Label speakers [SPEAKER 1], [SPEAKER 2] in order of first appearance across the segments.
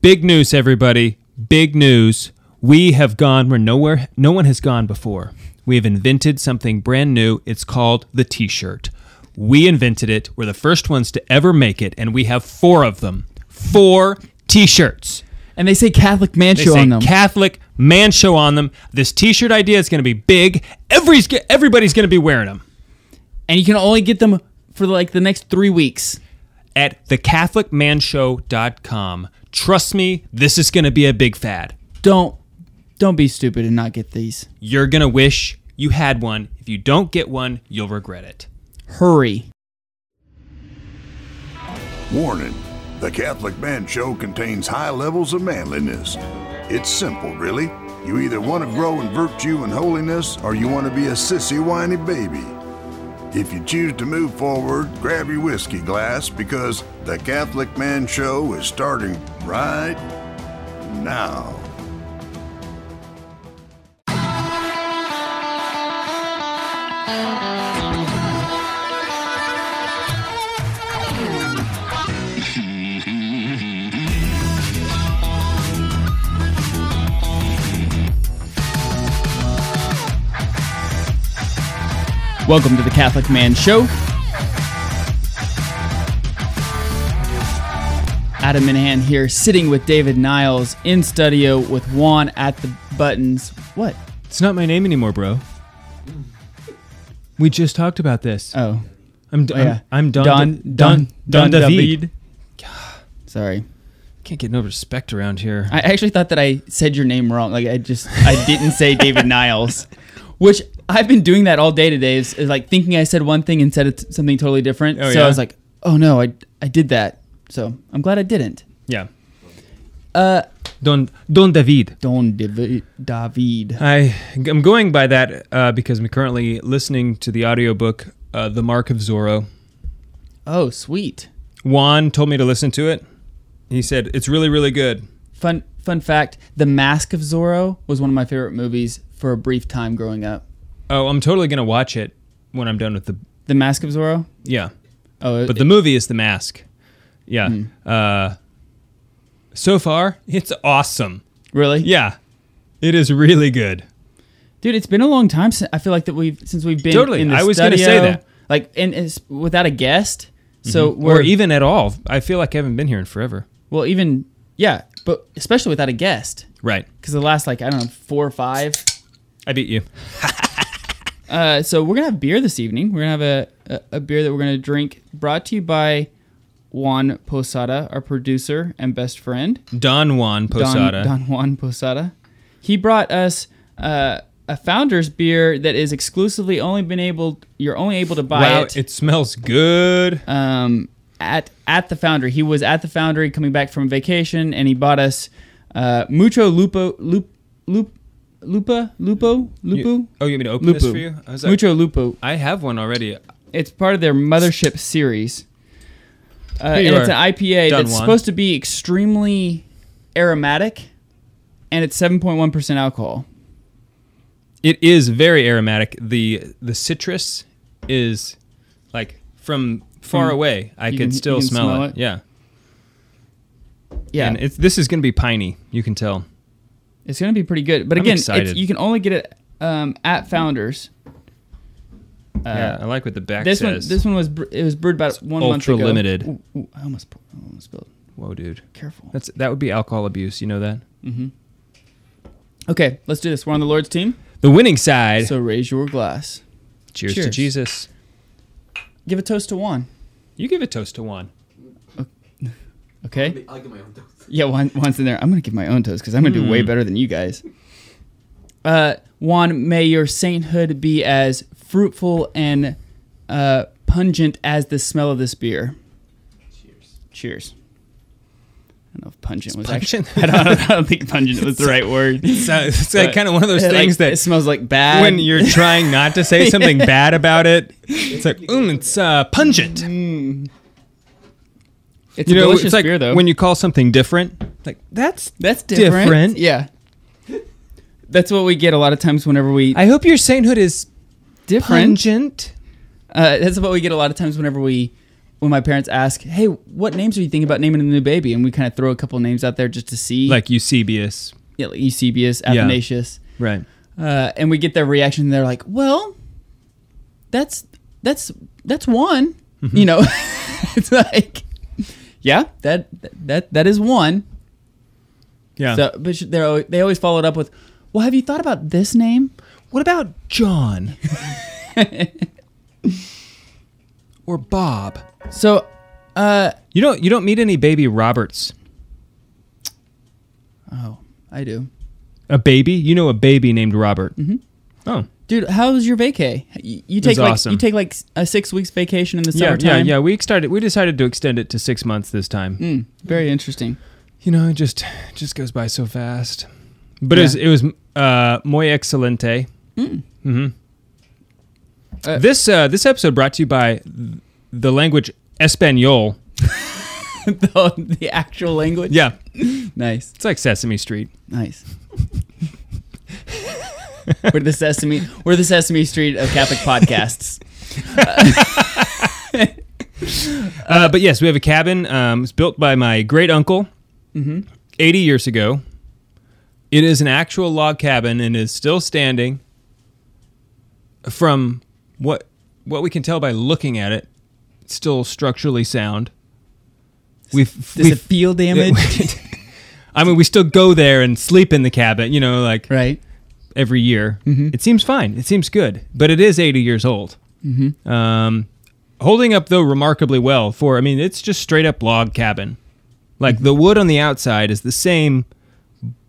[SPEAKER 1] Big news, everybody. Big news. We have gone where nowhere no one has gone before. We have invented something brand new. It's called the t-shirt. We invented it. We're the first ones to ever make it, and we have four of them. Four t-shirts.
[SPEAKER 2] And they say Catholic
[SPEAKER 1] They
[SPEAKER 2] Mancho
[SPEAKER 1] say
[SPEAKER 2] on them.
[SPEAKER 1] Catholic man show on them. This t-shirt idea is going to be big. Every's everybody's going to be wearing them
[SPEAKER 2] and you can only get them for like the next three weeks.
[SPEAKER 1] at thecatholicmanshow.com. Trust me, this is going to be a big fad.
[SPEAKER 2] Don't don't be stupid and not get these.
[SPEAKER 1] You're going to wish you had one. If you don't get one, you'll regret it.
[SPEAKER 2] Hurry.
[SPEAKER 3] Warning The Catholic Man Show contains high levels of manliness. It's simple, really. You either want to grow in virtue and holiness, or you want to be a sissy, whiny baby. If you choose to move forward, grab your whiskey glass because The Catholic Man Show is starting right now.
[SPEAKER 2] Welcome to the Catholic Man Show. Adam Minahan here, sitting with David Niles in studio with Juan at the buttons. What?
[SPEAKER 1] It's not my name anymore, bro. We just talked about this.
[SPEAKER 2] Oh,
[SPEAKER 1] I'm,
[SPEAKER 2] oh, yeah.
[SPEAKER 1] I'm, I'm Don,
[SPEAKER 2] Don-
[SPEAKER 1] Don,
[SPEAKER 2] Don
[SPEAKER 1] Don,
[SPEAKER 2] David.
[SPEAKER 1] David.
[SPEAKER 2] sorry.
[SPEAKER 1] Can't get no respect around here.
[SPEAKER 2] I actually thought that I said your name wrong. Like I just I didn't say David Niles, which I've been doing that all day today. Is, is like thinking I said one thing and said it, something totally different.
[SPEAKER 1] Oh,
[SPEAKER 2] so I
[SPEAKER 1] yeah?
[SPEAKER 2] was like, oh no, I I did that. So I'm glad I didn't.
[SPEAKER 1] yeah. Uh, Don Don David.
[SPEAKER 2] Don David. David.
[SPEAKER 1] I am going by that uh, because I'm currently listening to the audiobook uh, The Mark of Zorro.
[SPEAKER 2] Oh, sweet.
[SPEAKER 1] Juan told me to listen to it. He said it's really really good.
[SPEAKER 2] Fun fun fact: The Mask of Zorro was one of my favorite movies for a brief time growing up.
[SPEAKER 1] Oh, I'm totally going to watch it when I'm done with the
[SPEAKER 2] The Mask of Zorro.
[SPEAKER 1] yeah.
[SPEAKER 2] Oh,
[SPEAKER 1] But the movie is The Mask. Yeah.
[SPEAKER 2] Hmm.
[SPEAKER 1] Uh so far, it's awesome.
[SPEAKER 2] really?
[SPEAKER 1] Yeah. It is really good.
[SPEAKER 2] Dude, it's been a long time since I feel like that we've since we've been
[SPEAKER 1] Totally.
[SPEAKER 2] In the
[SPEAKER 1] I was
[SPEAKER 2] going
[SPEAKER 1] gonna
[SPEAKER 2] to
[SPEAKER 1] say that. Mm-hmm.
[SPEAKER 2] like and it's without a guest. So we're
[SPEAKER 1] Or even at all. I feel like I haven't been here in forever.
[SPEAKER 2] well, even yeah, but especially without a guest
[SPEAKER 1] Right.
[SPEAKER 2] because the last like I don't know four or five.
[SPEAKER 1] I beat you.
[SPEAKER 2] Uh, so we're gonna have beer this evening. We're gonna have a, a, a beer that we're gonna drink, brought to you by Juan Posada, our producer and best friend.
[SPEAKER 1] Don Juan Posada.
[SPEAKER 2] Don, Don Juan Posada. He brought us uh, a founder's beer that is exclusively only been able you're only able to buy
[SPEAKER 1] wow,
[SPEAKER 2] it,
[SPEAKER 1] it smells good.
[SPEAKER 2] um, at at the foundry. He was at the foundry coming back from vacation, and he bought us uh, mucho lupo lup lup lupa lupo lupu.
[SPEAKER 1] oh, you mean to open this for you? I was like,
[SPEAKER 2] Mucho Lupo.
[SPEAKER 1] I have one already.
[SPEAKER 2] It's part of their Mothership series. Uh,
[SPEAKER 1] Here you
[SPEAKER 2] and it's an
[SPEAKER 1] are,
[SPEAKER 2] IPA
[SPEAKER 1] Don
[SPEAKER 2] that's
[SPEAKER 1] Juan.
[SPEAKER 2] supposed to be extremely aromatic, and it's 7.1% alcohol.
[SPEAKER 1] It is very aromatic. The the citrus is like from far
[SPEAKER 2] From-
[SPEAKER 1] away. I
[SPEAKER 2] Mm.
[SPEAKER 1] could
[SPEAKER 2] you can- you
[SPEAKER 1] still
[SPEAKER 2] can
[SPEAKER 1] smell,
[SPEAKER 2] smell
[SPEAKER 1] it.
[SPEAKER 2] it?
[SPEAKER 1] Yeah.
[SPEAKER 2] Yeah,
[SPEAKER 1] And it's, this is going to be piney. You can tell.
[SPEAKER 2] it's going to be pretty good. But
[SPEAKER 1] I'm
[SPEAKER 2] again, it's,
[SPEAKER 1] excited.
[SPEAKER 2] you can only get it um, at Founders. Uh,
[SPEAKER 1] yeah, I like what the back
[SPEAKER 2] This one,
[SPEAKER 1] says.
[SPEAKER 2] this one was bre- it was brewed about one month ago.
[SPEAKER 1] ultra limited.
[SPEAKER 2] Ooh, ooh, I almost, pou- I almost spilled.
[SPEAKER 1] Whoa, dude.
[SPEAKER 2] Careful.
[SPEAKER 1] That's that would be alcohol abuse. You know that.
[SPEAKER 2] okay, let's do this. We're on the Lord's team,
[SPEAKER 1] The winning side.
[SPEAKER 2] so raise your glass.
[SPEAKER 1] cheers, to
[SPEAKER 2] cheers.
[SPEAKER 1] Jesus.
[SPEAKER 2] Give a toast to Juan.
[SPEAKER 1] You give a toast to Juan.
[SPEAKER 2] Okay. I'll give my own toast. Yeah, Juan, Juan's in there. I'm gonna give my own toast because I'm gonna do way better than you guys. Uh, Juan, may your sainthood be as fruitful and uh, pungent as the smell of this beer. Cheers. Cheers. I don't know if pungent was
[SPEAKER 1] pungent?
[SPEAKER 2] actually. I don't, I don't think pungent was the right word.
[SPEAKER 1] So it's like
[SPEAKER 2] But-
[SPEAKER 1] kind of one of those
[SPEAKER 2] It, like,
[SPEAKER 1] things
[SPEAKER 2] it
[SPEAKER 1] that
[SPEAKER 2] smells like bad.
[SPEAKER 1] when you're trying not to say something bad about it, it's like, mm, it's uh, pungent.
[SPEAKER 2] it's
[SPEAKER 1] You
[SPEAKER 2] a
[SPEAKER 1] know,
[SPEAKER 2] delicious
[SPEAKER 1] it's like
[SPEAKER 2] beer though.
[SPEAKER 1] when you call something different, like that's
[SPEAKER 2] that's different.
[SPEAKER 1] different.
[SPEAKER 2] Yeah. That's what we get a lot of times whenever we
[SPEAKER 1] I hope your sainthood is
[SPEAKER 2] different.
[SPEAKER 1] pungent.
[SPEAKER 2] Uh, that's what we get a lot of times whenever we when my parents ask, "Hey, what names are you thinking about naming the new baby?" and we kind of throw a couple names out there just to see,
[SPEAKER 1] like Eusebius,
[SPEAKER 2] yeah, like Eusebius, Athanasius,
[SPEAKER 1] right?
[SPEAKER 2] uh, and we get their reaction. They're like, "Well, that's that's that's one."
[SPEAKER 1] Mm-hmm.
[SPEAKER 2] You know, it's like, yeah, that that that is one.
[SPEAKER 1] Yeah.
[SPEAKER 2] So, but sh- they're al- they always followed up with, "Well, have you thought about this name?"
[SPEAKER 1] what about John? or Bob?
[SPEAKER 2] So, uh,
[SPEAKER 1] You don't you don't meet any baby Roberts.
[SPEAKER 2] oh, I do,
[SPEAKER 1] A baby? You know a baby named Robert. Mm-hmm. Oh.
[SPEAKER 2] dude. How's your vacay? You, you
[SPEAKER 1] was
[SPEAKER 2] take like
[SPEAKER 1] awesome.
[SPEAKER 2] you take like s- a six weeks vacation in the
[SPEAKER 1] Yeah, yeah,
[SPEAKER 2] summertime.
[SPEAKER 1] yeah. We started we decided to extend it to six months this time.
[SPEAKER 2] Mm, very interesting.
[SPEAKER 1] You know, it just it just goes by so fast. But it was, it was uh, muy excelente. hmm
[SPEAKER 2] Mm. Uh,
[SPEAKER 1] this uh, this episode brought to you by th- the language Espanol.
[SPEAKER 2] the, the actual language.
[SPEAKER 1] Yeah,
[SPEAKER 2] Nice.
[SPEAKER 1] it's like Sesame Street.
[SPEAKER 2] Nice. we're the Sesame we're the Sesame Street of Catholic podcasts.
[SPEAKER 1] Uh, but yes, we have a cabin. Um, it's built by my great uncle,
[SPEAKER 2] Mm-hmm.
[SPEAKER 1] 80 years ago. It is an actual log cabin and is still standing. From what what we can tell by looking at it, it's still structurally sound. We've,
[SPEAKER 2] Does it
[SPEAKER 1] we've-
[SPEAKER 2] feel damaged?
[SPEAKER 1] I mean, we still go there and sleep in the cabin, you know, like
[SPEAKER 2] right.
[SPEAKER 1] every year. It seems fine. It seems good, but it is 80 years old. Mm-hmm. Um, holding up though remarkably well. For I mean, it's just straight up log cabin. Like the wood on the outside is the same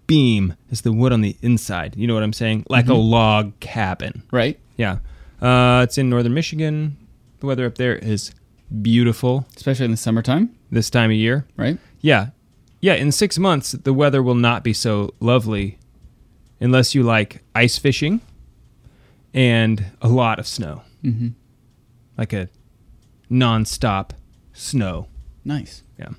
[SPEAKER 1] beam as the wood on the inside. You know what I'm saying? Like a log cabin.
[SPEAKER 2] Right.
[SPEAKER 1] Yeah. Uh, it's in northern Michigan. The weather up there is beautiful
[SPEAKER 2] Especially in the summertime,
[SPEAKER 1] this time of year.
[SPEAKER 2] right?
[SPEAKER 1] Yeah. Yeah, in six months, the weather will not be so lovely unless you like ice fishing and a lot of snow. Mm-hmm. Like a nonstop snow.
[SPEAKER 2] Nice.
[SPEAKER 1] Yeah.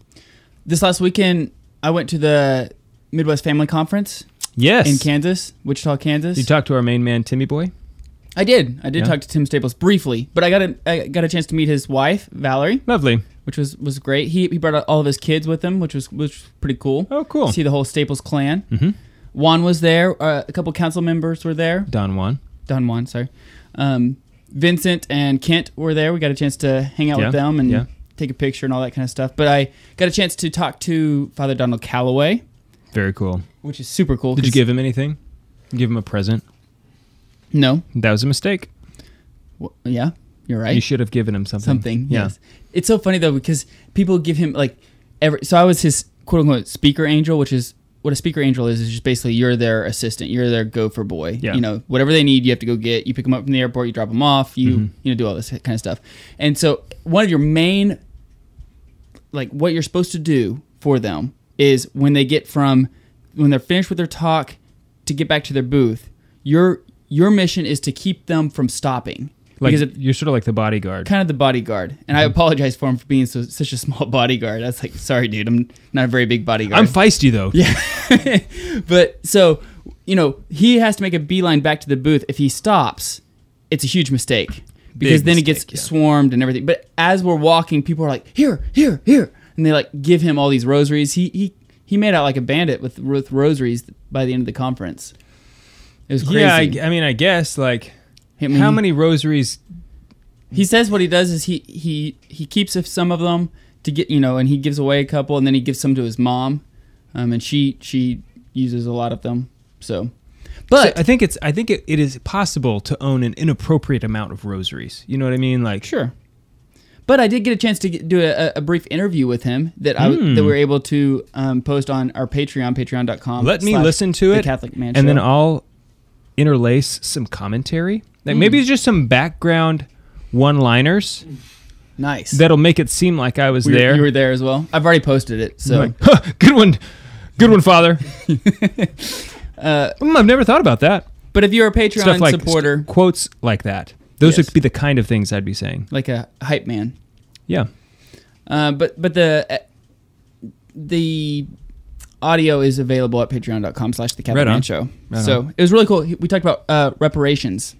[SPEAKER 2] This last weekend I went to the Midwest Family Conference
[SPEAKER 1] Yes.
[SPEAKER 2] in Kansas, Wichita, Kansas.
[SPEAKER 1] you talk to our main man, Timmy Boy?
[SPEAKER 2] I did. I did
[SPEAKER 1] Yeah.
[SPEAKER 2] talk to Tim Staples briefly, but I got a I got a chance to meet his wife, Valerie,
[SPEAKER 1] Lovely.
[SPEAKER 2] which was was great. He he brought all of his kids with him, which was which was pretty cool.
[SPEAKER 1] Oh, cool.
[SPEAKER 2] See the whole Staples clan. Mm-hmm. Juan was there. Uh, a couple council members were there.
[SPEAKER 1] Don Juan.
[SPEAKER 2] Don Juan, sorry. Um, Vincent and Kent were there. We got a chance to hang out
[SPEAKER 1] Yeah,
[SPEAKER 2] with them and
[SPEAKER 1] yeah.
[SPEAKER 2] take a picture and all that kind of stuff. But I got a chance to talk to Father Donald Calloway,
[SPEAKER 1] Very cool.
[SPEAKER 2] which is super cool.
[SPEAKER 1] Did you
[SPEAKER 2] 'cause-
[SPEAKER 1] give him anything? Give him a present?
[SPEAKER 2] No.
[SPEAKER 1] That was a mistake.
[SPEAKER 2] Well, yeah, you're right.
[SPEAKER 1] You should have given him something.
[SPEAKER 2] something.
[SPEAKER 1] Yeah.
[SPEAKER 2] Yes. It's so funny though because people give him like every. So I was his quote unquote speaker angel, which is what a speaker angel is. Is just basically you're their assistant, you're their gopher boy.
[SPEAKER 1] Yeah.
[SPEAKER 2] You know whatever they need, you have to go get. You pick them up from the airport, you drop them off, you
[SPEAKER 1] Mm-hmm.
[SPEAKER 2] you know do all this kind of stuff. And so one of your main like what you're supposed to do for them is when they get from when they're finished with their talk to get back to their booth your your mission is to keep them from stopping
[SPEAKER 1] Like,
[SPEAKER 2] because if
[SPEAKER 1] you're sort of like the bodyguard.
[SPEAKER 2] kind of the bodyguard. And I
[SPEAKER 1] Mm-hmm.
[SPEAKER 2] apologize for him for being so such a small bodyguard. I was like, sorry, dude, I'm not a very big bodyguard.
[SPEAKER 1] I'm feisty, though. Yeah.
[SPEAKER 2] but so, you know, he has to make a beeline back to the booth. If he stops, it's a huge mistake because
[SPEAKER 1] Big
[SPEAKER 2] then he
[SPEAKER 1] mistake,
[SPEAKER 2] gets
[SPEAKER 1] yeah.
[SPEAKER 2] swarmed and everything. But as we're walking, people are like, here, here, here, and they like give him all these rosaries. He he he made out like a bandit with with rosaries by the end of the conference. It was crazy.
[SPEAKER 1] Yeah, I, I mean, I guess, like,
[SPEAKER 2] I mean,
[SPEAKER 1] how
[SPEAKER 2] he-
[SPEAKER 1] many rosaries
[SPEAKER 2] he says what he does is he he he keeps of some of them to get you know and he gives away a couple and then he gives some to his mom um, and she she uses a lot of them so but
[SPEAKER 1] I think it's I think it, it is possible to own an inappropriate amount of rosaries. You know what I mean? Like
[SPEAKER 2] sure but i did get a chance to get, do a, a brief interview with him that i that
[SPEAKER 1] Hmm.
[SPEAKER 2] we were able to um, post on our patreon patreon.com
[SPEAKER 1] let me
[SPEAKER 2] slash
[SPEAKER 1] listen to
[SPEAKER 2] The
[SPEAKER 1] it
[SPEAKER 2] catholic man
[SPEAKER 1] and then
[SPEAKER 2] Show.
[SPEAKER 1] I'll interlace some commentary. Like maybe it's just some background one-liners
[SPEAKER 2] Hmm. nice
[SPEAKER 1] that'll make it seem like I was
[SPEAKER 2] We were-
[SPEAKER 1] there.
[SPEAKER 2] you were there as well i've already posted it so
[SPEAKER 1] Like, "Huh, good one. Good one, father. Mm, I've never thought about that.
[SPEAKER 2] but if you're a Uh, patreon
[SPEAKER 1] Stuff like
[SPEAKER 2] supporter
[SPEAKER 1] st- quotes like that. Those
[SPEAKER 2] Yes.
[SPEAKER 1] would be the kind of things I'd be saying.
[SPEAKER 2] like a hype man
[SPEAKER 1] Yeah.
[SPEAKER 2] Uh, but but the uh, the audio is available at patreon.com slash the Catholic
[SPEAKER 1] Right on.
[SPEAKER 2] Man show
[SPEAKER 1] Right
[SPEAKER 2] so
[SPEAKER 1] on.
[SPEAKER 2] it was really cool He- we talked about uh, reparations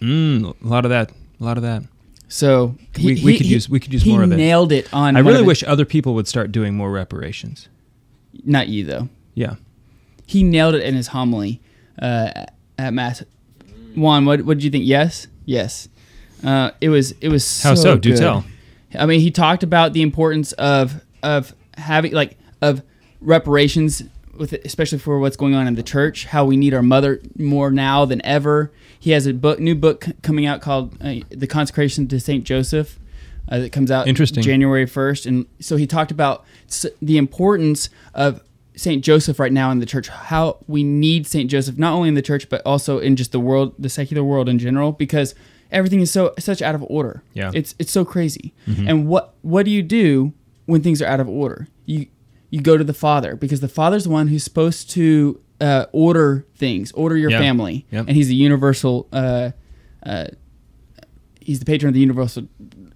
[SPEAKER 1] Mm, a lot of that. A lot of that.
[SPEAKER 2] So he,
[SPEAKER 1] We- we
[SPEAKER 2] he-
[SPEAKER 1] could
[SPEAKER 2] he-
[SPEAKER 1] use- we could use
[SPEAKER 2] he
[SPEAKER 1] more of it.
[SPEAKER 2] Nailed it on.
[SPEAKER 1] I
[SPEAKER 2] one
[SPEAKER 1] really
[SPEAKER 2] of the-
[SPEAKER 1] wish other people would start doing more reparations.
[SPEAKER 2] not you though.
[SPEAKER 1] Yeah.
[SPEAKER 2] He nailed it in his homily uh, at mass. Juan, what what did you think? Yes, yes. Uh, it was it was
[SPEAKER 1] How so? Do
[SPEAKER 2] good.
[SPEAKER 1] tell.
[SPEAKER 2] I mean, he talked about the importance of of having like of reparations with especially for what's going on in the church, how we need our mother more now than ever. He has a book, new book c- coming out called uh, "The Consecration to Saint Joseph." Uh, that comes out
[SPEAKER 1] Interesting.
[SPEAKER 2] January first, and so he talked about s- the importance of Saint Joseph right now in the church. How we need Saint Joseph not only in the church but also in just the world, the secular world in general, because everything is so such out of order.
[SPEAKER 1] Yeah. Mm-hmm.
[SPEAKER 2] it's it's it's so crazy. And what what do you do when things are out of order? You you go to the father because the father's the one who's supposed to uh, order things, order your
[SPEAKER 1] Yeah.
[SPEAKER 2] family,
[SPEAKER 1] Yep.
[SPEAKER 2] and he's the universal. Uh, uh, he's the patron of the universal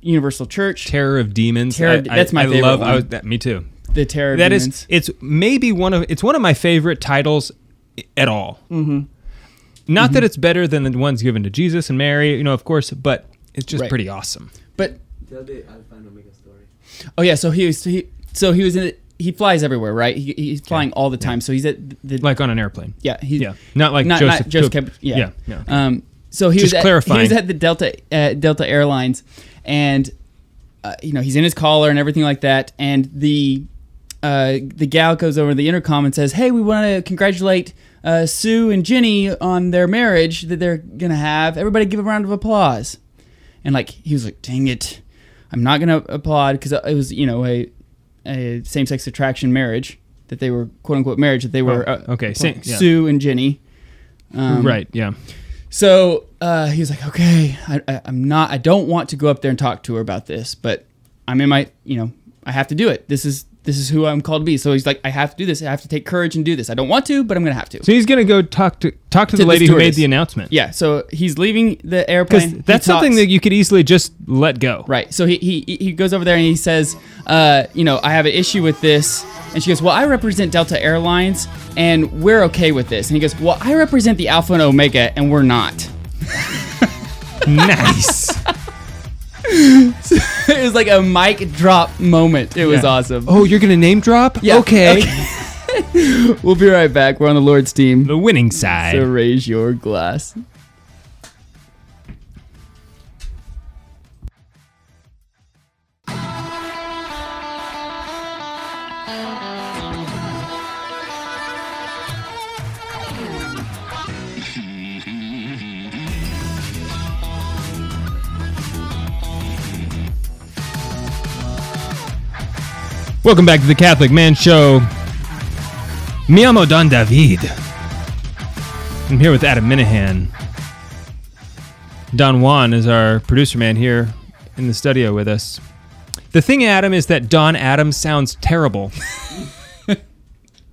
[SPEAKER 2] universal church.
[SPEAKER 1] Terror of Demons.
[SPEAKER 2] Terror-
[SPEAKER 1] I-
[SPEAKER 2] that's my
[SPEAKER 1] I,
[SPEAKER 2] favorite
[SPEAKER 1] I love. I
[SPEAKER 2] one.
[SPEAKER 1] was, that, me too.
[SPEAKER 2] the terror.
[SPEAKER 1] That
[SPEAKER 2] demons.
[SPEAKER 1] is. It's maybe one of. It's one of my favorite titles, i- at all. Mm-hmm. Not
[SPEAKER 2] Mm-hmm.
[SPEAKER 1] that it's better than the ones given to Jesus and Mary, you know, of course, but it's just
[SPEAKER 2] Right.
[SPEAKER 1] pretty awesome.
[SPEAKER 2] But
[SPEAKER 4] Tell the Alpha and Omega story.
[SPEAKER 2] oh yeah, so he was he so he was in the, he flies everywhere, right? He, he's flying all the time, so he's at the
[SPEAKER 1] Like on an airplane.
[SPEAKER 2] yeah he
[SPEAKER 1] Yeah. Not like
[SPEAKER 2] not
[SPEAKER 1] Joseph.
[SPEAKER 2] not Joseph
[SPEAKER 1] Cook.
[SPEAKER 2] Kep- yeah.
[SPEAKER 1] Yeah. yeah.
[SPEAKER 2] Um, so he
[SPEAKER 1] Just
[SPEAKER 2] was at,
[SPEAKER 1] clarifying.
[SPEAKER 2] He was at the Delta uh, Delta Airlines, and uh, you know he's in his collar and everything like that. And the uh, the gal goes over the intercom and says, "Hey, we want to congratulate uh, Sue and Jenny on their marriage that they're gonna have. Everybody, give a round of applause." And like he was like, "Dang it, I'm not gonna applaud because it was you know a, a same sex attraction marriage." That they were "quote unquote" marriage that they were uh,
[SPEAKER 1] Oh, okay, same- yeah.
[SPEAKER 2] Sue and Jenny, um,
[SPEAKER 1] right. Yeah.
[SPEAKER 2] so uh, he was like, okay, I, I, I'm not, I don't want to go up there and talk to her about this, but I'm in my, you know, I have to do it. This is this is who I'm called to be. So he's like, I have to do this. I have to take courage and do this. I don't want to, but I'm gonna have to.
[SPEAKER 1] So he's gonna go talk to talk to, the
[SPEAKER 2] the
[SPEAKER 1] lady who made
[SPEAKER 2] stewardess.
[SPEAKER 1] the announcement.
[SPEAKER 2] yeah. So he's leaving the
[SPEAKER 1] Because
[SPEAKER 2] airplane. He
[SPEAKER 1] that's something
[SPEAKER 2] talks-
[SPEAKER 1] that you could easily just let go.
[SPEAKER 2] Right. So he, he he goes over there and he says, uh, you know, I have an issue with this. And she goes, well, I represent Delta Airlines and we're okay with this. And he goes, well, I represent the Alpha and Omega and we're not.
[SPEAKER 1] nice.
[SPEAKER 2] it was like a mic drop moment. It was
[SPEAKER 1] Yeah.
[SPEAKER 2] awesome.
[SPEAKER 1] Oh, you're gonna name drop?
[SPEAKER 2] Yeah,
[SPEAKER 1] Okay.
[SPEAKER 2] We'll be right back. We're on the Lord's team.
[SPEAKER 1] The winning side.
[SPEAKER 2] So raise your glass.
[SPEAKER 1] Welcome back to the Catholic Man Show. Mi amo Don David. I'm here with Adam Minahan. Don Juan is our producer man here in the studio with us. The thing, Adam, is that Don Adams sounds terrible.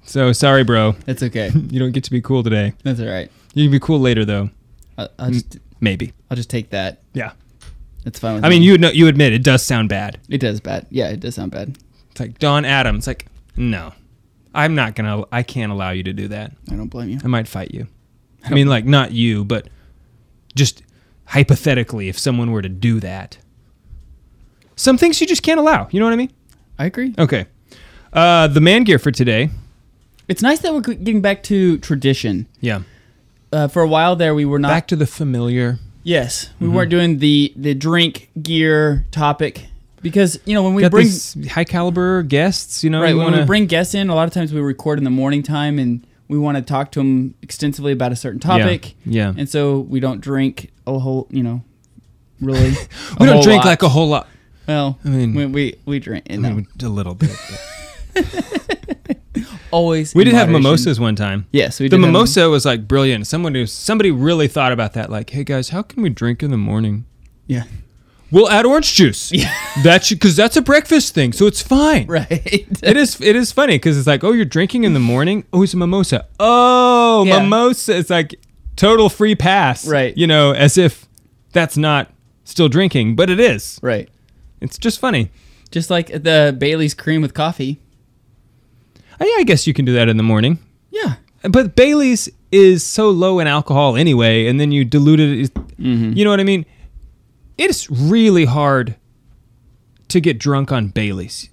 [SPEAKER 1] so sorry, bro.
[SPEAKER 2] That's okay.
[SPEAKER 1] You don't get to be cool today.
[SPEAKER 2] That's all right.
[SPEAKER 1] You can be cool later, though.
[SPEAKER 2] I'll, I'll just
[SPEAKER 1] Maybe.
[SPEAKER 2] I'll just take that.
[SPEAKER 1] Yeah.
[SPEAKER 2] That's fine with
[SPEAKER 1] I mean,
[SPEAKER 2] me.
[SPEAKER 1] you know, you admit it does sound bad.
[SPEAKER 2] It does bad. Yeah, it does sound bad.
[SPEAKER 1] It's like Don Adams. It's like, no, I'm not gonna. I can't allow you to do that.
[SPEAKER 2] I don't blame you.
[SPEAKER 1] I might fight you. I mean, like not you, but just hypothetically, if someone were to do that, some things you just can't allow. You know what I mean?
[SPEAKER 2] I agree.
[SPEAKER 1] Okay. Uh, the man gear for today.
[SPEAKER 2] It's nice that we're getting back to tradition.
[SPEAKER 1] Yeah.
[SPEAKER 2] Uh, for a while there, we were not.
[SPEAKER 1] Back Mm-hmm. to the familiar.
[SPEAKER 2] yes, we weren't doing the the drink gear topic because you know when we
[SPEAKER 1] Got
[SPEAKER 2] bring
[SPEAKER 1] these high caliber guests. You know,
[SPEAKER 2] right
[SPEAKER 1] you
[SPEAKER 2] when we
[SPEAKER 1] wanna-
[SPEAKER 2] bring guests in, a lot of times we record in the morning time and we want to talk to them extensively about a certain topic.
[SPEAKER 1] Yeah.
[SPEAKER 2] And so we don't drink a whole, you know, really.
[SPEAKER 1] we
[SPEAKER 2] a
[SPEAKER 1] don't
[SPEAKER 2] whole
[SPEAKER 1] drink
[SPEAKER 2] lot.
[SPEAKER 1] like a whole lot.
[SPEAKER 2] Well, I
[SPEAKER 1] mean-
[SPEAKER 2] mean, we we, we drink and
[SPEAKER 1] I mean, a little bit. but-
[SPEAKER 2] always.
[SPEAKER 1] We
[SPEAKER 2] in
[SPEAKER 1] did have
[SPEAKER 2] moderation.
[SPEAKER 1] mimosas one time.
[SPEAKER 2] Yes, we
[SPEAKER 1] the
[SPEAKER 2] did have
[SPEAKER 1] mimosa was like brilliant. Someone who somebody really thought about that. Like, hey guys, how can we drink in the morning?
[SPEAKER 2] Yeah.
[SPEAKER 1] We'll add orange juice. Yeah, that's because that's a breakfast thing, so it's fine.
[SPEAKER 2] Right.
[SPEAKER 1] It is. It is funny because it's like, oh, you're drinking in the morning. Oh, it's a mimosa. Oh,
[SPEAKER 2] Yeah.
[SPEAKER 1] mimosa. It's like total free pass.
[SPEAKER 2] Right.
[SPEAKER 1] You know, as if that's not still drinking, but it is.
[SPEAKER 2] right.
[SPEAKER 1] It's just funny.
[SPEAKER 2] Just like the Bailey's cream with coffee.
[SPEAKER 1] I, Uh, I guess you can do that in the morning.
[SPEAKER 2] Yeah.
[SPEAKER 1] But Bailey's
[SPEAKER 2] Mm-hmm.
[SPEAKER 1] is so low in alcohol anyway, and then you dilute it. You know what I mean? it's really hard to get drunk on Bailey's.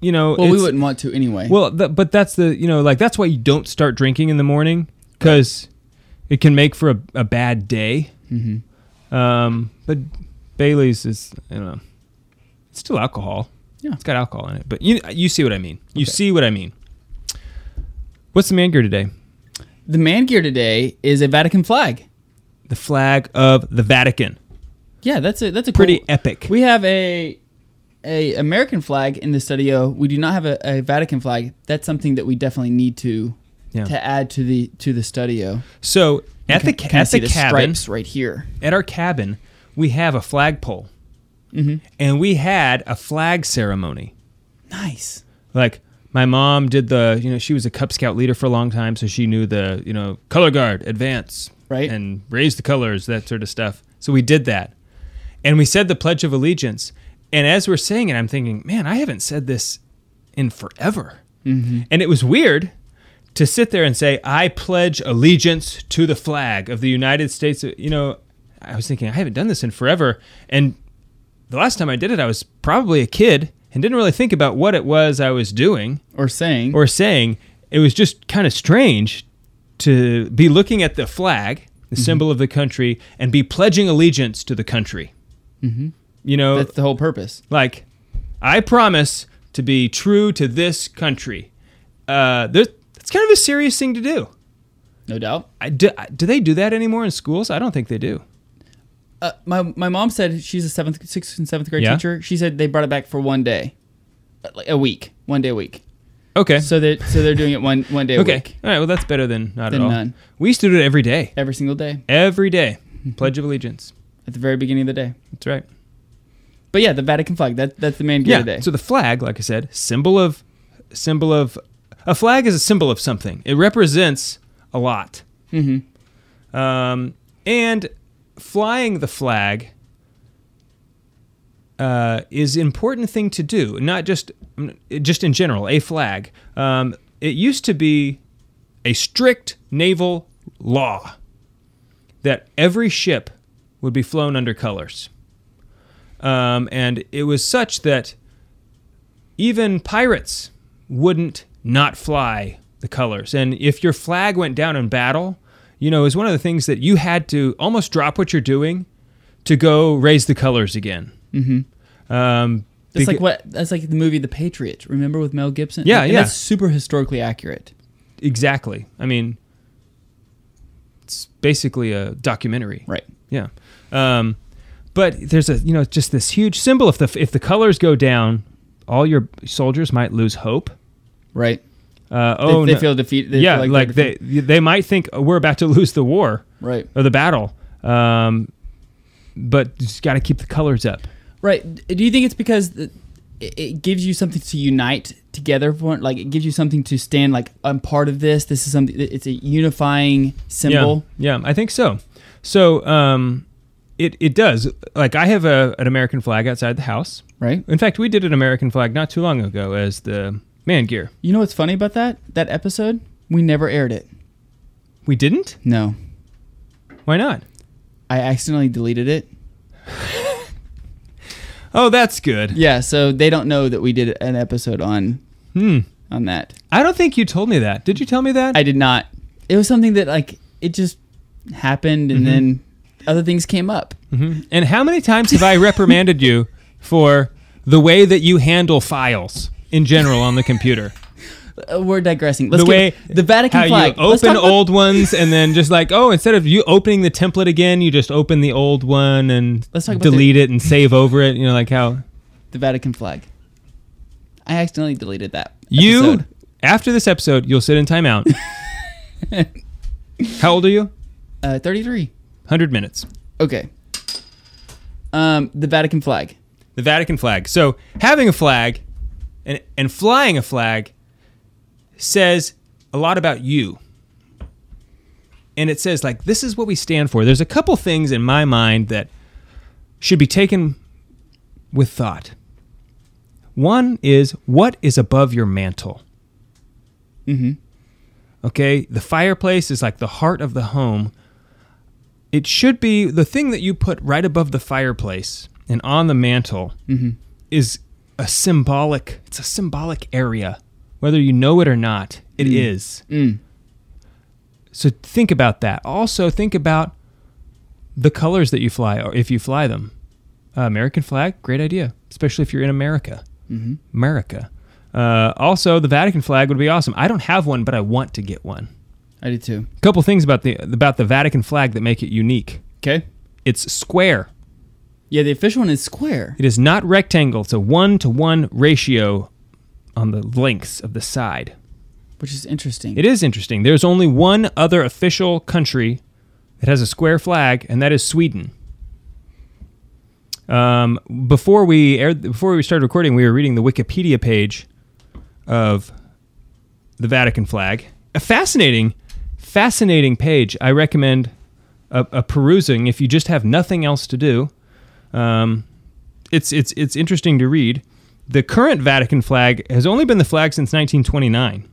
[SPEAKER 1] You know,
[SPEAKER 2] Well, we
[SPEAKER 1] it's-
[SPEAKER 2] wouldn't want to anyway.
[SPEAKER 1] Well, th- but that's the you know like that's why you don't start drinking in the morning because it can make for a, a bad day. Mm-hmm. Um, but Bailey's is I don't know, it's still alcohol.
[SPEAKER 2] Yeah.
[SPEAKER 1] it's got alcohol in it. But you you see what I mean. You see what I mean. What's the man gear today?
[SPEAKER 2] the man gear today is a Vatican flag.
[SPEAKER 1] The flag of the Vatican.
[SPEAKER 2] Yeah, that's a that's a
[SPEAKER 1] Pretty
[SPEAKER 2] cool-
[SPEAKER 1] epic.
[SPEAKER 2] Oh. We have a a American flag in the studio. We do not have a, a Vatican flag. That's something that we definitely need to
[SPEAKER 1] Yeah.
[SPEAKER 2] to add to the to the studio.
[SPEAKER 1] So at the ca-
[SPEAKER 2] Can- can I
[SPEAKER 1] at
[SPEAKER 2] see
[SPEAKER 1] the,
[SPEAKER 2] the
[SPEAKER 1] cabin,
[SPEAKER 2] stripes right here.
[SPEAKER 1] at our cabin, we have a flagpole,
[SPEAKER 2] Mm-hmm.
[SPEAKER 1] and we had a flag ceremony.
[SPEAKER 2] Nice.
[SPEAKER 1] like my mom did the you know she was a cub scout leader for a long time so she knew the you know color guard advance
[SPEAKER 2] Right.
[SPEAKER 1] and raise the colors that sort of stuff so we did that and we said the pledge of allegiance and as we're saying it i'm thinking man i haven't said this in forever and it was weird to sit there and say i pledge allegiance to the flag of the united states you know i was thinking i haven't done this in forever and the last time I did it, I was probably a kid and didn't really think about what it was I was doing
[SPEAKER 2] Or saying
[SPEAKER 1] or saying. It was just kind of strange to be looking at the flag, the
[SPEAKER 2] Mm-hmm.
[SPEAKER 1] symbol of the country, and be pledging allegiance to the country. Mm-hmm. You know,
[SPEAKER 2] that's the whole purpose.
[SPEAKER 1] like, I promise to be true to this country. Uh, there's, it's kind of a serious thing to do.
[SPEAKER 2] No doubt.
[SPEAKER 1] I, do. I- Do they do that anymore in schools? I don't think they do.
[SPEAKER 2] Uh, my my mom said she's a seventh, sixth, and seventh grade
[SPEAKER 1] Yeah.
[SPEAKER 2] teacher. She said they brought it back for one day, Uh, like a week, one day a week.
[SPEAKER 1] Okay.
[SPEAKER 2] So they so they're doing it one one day a
[SPEAKER 1] okay.
[SPEAKER 2] week
[SPEAKER 1] All right. Well, that's better than not
[SPEAKER 2] Than
[SPEAKER 1] at all.
[SPEAKER 2] none.
[SPEAKER 1] We used to do it every day.
[SPEAKER 2] every single day
[SPEAKER 1] every day. Pledge of Allegiance.
[SPEAKER 2] at the very beginning of the day.
[SPEAKER 1] That's right.
[SPEAKER 2] But yeah, the Vatican flag. That that's the main gear
[SPEAKER 1] Yeah.
[SPEAKER 2] today.
[SPEAKER 1] So the flag, like I said, symbol of symbol of a flag is a symbol of something. It represents a lot. Mm-hmm. Um, and flying the flag uh, is an important thing to do. Not just just in general, a flag. Um, it used to be a strict naval law that every ship would be flown under colors. Um, and it was such that even pirates wouldn't not fly the colors. And if your flag went down in battle, you know, it was one of the things that you had to almost drop what you're doing to go raise the colors again. Mm-hmm. Um,
[SPEAKER 2] That's
[SPEAKER 1] beca-
[SPEAKER 2] like what that's like the movie The Patriot. Remember with Mel Gibson?
[SPEAKER 1] Yeah,
[SPEAKER 2] Like, and
[SPEAKER 1] yeah.
[SPEAKER 2] That's super historically accurate.
[SPEAKER 1] exactly. I mean, it's basically a documentary.
[SPEAKER 2] Right.
[SPEAKER 1] Yeah. Um, but there's a you know just this huge symbol. If the if the colors go down, all your soldiers might lose hope.
[SPEAKER 2] Right.
[SPEAKER 1] Uh,
[SPEAKER 2] They,
[SPEAKER 1] oh,
[SPEAKER 2] they
[SPEAKER 1] no-
[SPEAKER 2] feel defeat. They
[SPEAKER 1] yeah,
[SPEAKER 2] feel
[SPEAKER 1] like,
[SPEAKER 2] they're
[SPEAKER 1] they
[SPEAKER 2] defeat-
[SPEAKER 1] they might think "Oh, we're about to lose the war
[SPEAKER 2] Right.
[SPEAKER 1] or the battle. Um, but you just got to keep the colors up.
[SPEAKER 2] Right. D- Do you think it's because the, it, it gives you something to unite together for? Like it gives you something to stand. Like I'm part of this. This is something. It's a unifying symbol.
[SPEAKER 1] Yeah, yeah, I think so. So um, it it does. Like I have a an American flag outside the house.
[SPEAKER 2] Right.
[SPEAKER 1] In fact, we did an American flag not too long ago as the man gear.
[SPEAKER 2] You know what's funny about that? That episode we never aired it.
[SPEAKER 1] We didn't.
[SPEAKER 2] No,
[SPEAKER 1] Why not?
[SPEAKER 2] I accidentally deleted it.
[SPEAKER 1] Oh, that's good.
[SPEAKER 2] Yeah. So they don't know that we did an episode on
[SPEAKER 1] Hmm.
[SPEAKER 2] on that.
[SPEAKER 1] I don't think you told me that. Did you tell me that?
[SPEAKER 2] I did not. It was something that like it just happened, and
[SPEAKER 1] Mm-hmm.
[SPEAKER 2] then other things came up.
[SPEAKER 1] Mhm. And how many times have I reprimanded you for the way that you handle files in general on the computer?
[SPEAKER 2] Uh, we're digressing. Let's
[SPEAKER 1] the way
[SPEAKER 2] get the Vatican
[SPEAKER 1] how
[SPEAKER 2] flag.
[SPEAKER 1] you
[SPEAKER 2] Let's
[SPEAKER 1] open
[SPEAKER 2] talk about-
[SPEAKER 1] old ones and then just like oh instead of you opening the template again you just open the old one and
[SPEAKER 2] Let's talk about
[SPEAKER 1] delete it and save over it you know like how
[SPEAKER 2] the Vatican flag. I accidentally deleted that.
[SPEAKER 1] you
[SPEAKER 2] episode.
[SPEAKER 1] after this episode you'll sit in timeout how old are you
[SPEAKER 2] uh, thirty-three.
[SPEAKER 1] 100 minutes
[SPEAKER 2] Okay. Um, the Vatican flag.
[SPEAKER 1] the Vatican flag. So having a flag and and flying a flag says a lot about you. And it says like this is what we stand for. There's a couple things in my mind that should be taken with thought. One is what is above your mantle. Mm-hmm. Okay, the fireplace is like the heart of the home. It should be the thing that you put right above the fireplace and on the mantle is a symbolic. It's a symbolic area, whether you know it or not. It is. So think about that. Also think about the colors that you fly, or if you fly them. Uh, American flag, great idea, especially if you're in America. America. Uh, also, the Vatican flag would be awesome. I don't have one, but I want to get one.
[SPEAKER 2] I do too.
[SPEAKER 1] A couple things about the about the Vatican flag that make it unique.
[SPEAKER 2] Okay.
[SPEAKER 1] It's square.
[SPEAKER 2] Yeah, the official one is square.
[SPEAKER 1] It is not rectangle. It's a one to one ratio on the lengths of the side.
[SPEAKER 2] which is interesting.
[SPEAKER 1] It is interesting. There's only one other official country that has a square flag, and that is Sweden. Um, before we aired, before we started recording, we were reading the Wikipedia page of the Vatican flag. A fascinating, fascinating page. I recommend a, a perusing if you just have nothing else to do. Um, it's it's it's interesting to read. The current Vatican flag has only been the flag since 1929.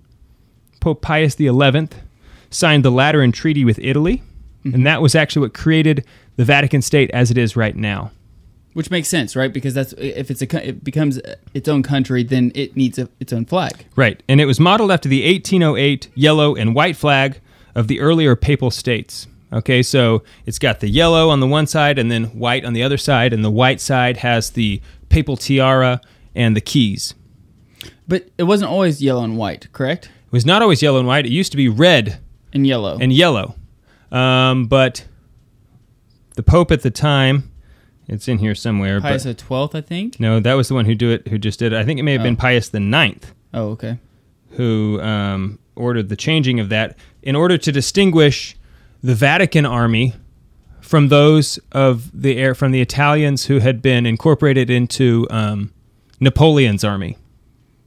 [SPEAKER 1] Pope Pius XI signed the Lateran Treaty with Italy, and that was actually what created the Vatican State as it is right now.
[SPEAKER 2] which makes sense, right? Because that's if it's a co- it becomes its own country, then it needs a, its own flag.
[SPEAKER 1] Right, and it was modeled after the 1808 yellow and white flag of the earlier papal states. Okay, so it's got the yellow on the one side and then white on the other side, and the white side has the papal tiara and the keys.
[SPEAKER 2] But it wasn't always yellow and white, correct?
[SPEAKER 1] It was not always yellow and white, it used to be red
[SPEAKER 2] And yellow.
[SPEAKER 1] and yellow. Um, but the Pope at the time, it's in here somewhere.
[SPEAKER 2] Pius
[SPEAKER 1] but,
[SPEAKER 2] the twelfth, I think.
[SPEAKER 1] No, that was the one who do it. Who just did it. I think it may have been Pius the Ninth
[SPEAKER 2] Oh, okay.
[SPEAKER 1] who um, ordered the changing of that in order to distinguish the Vatican army from those of the air from the Italians who had been incorporated into um, Napoleon's army.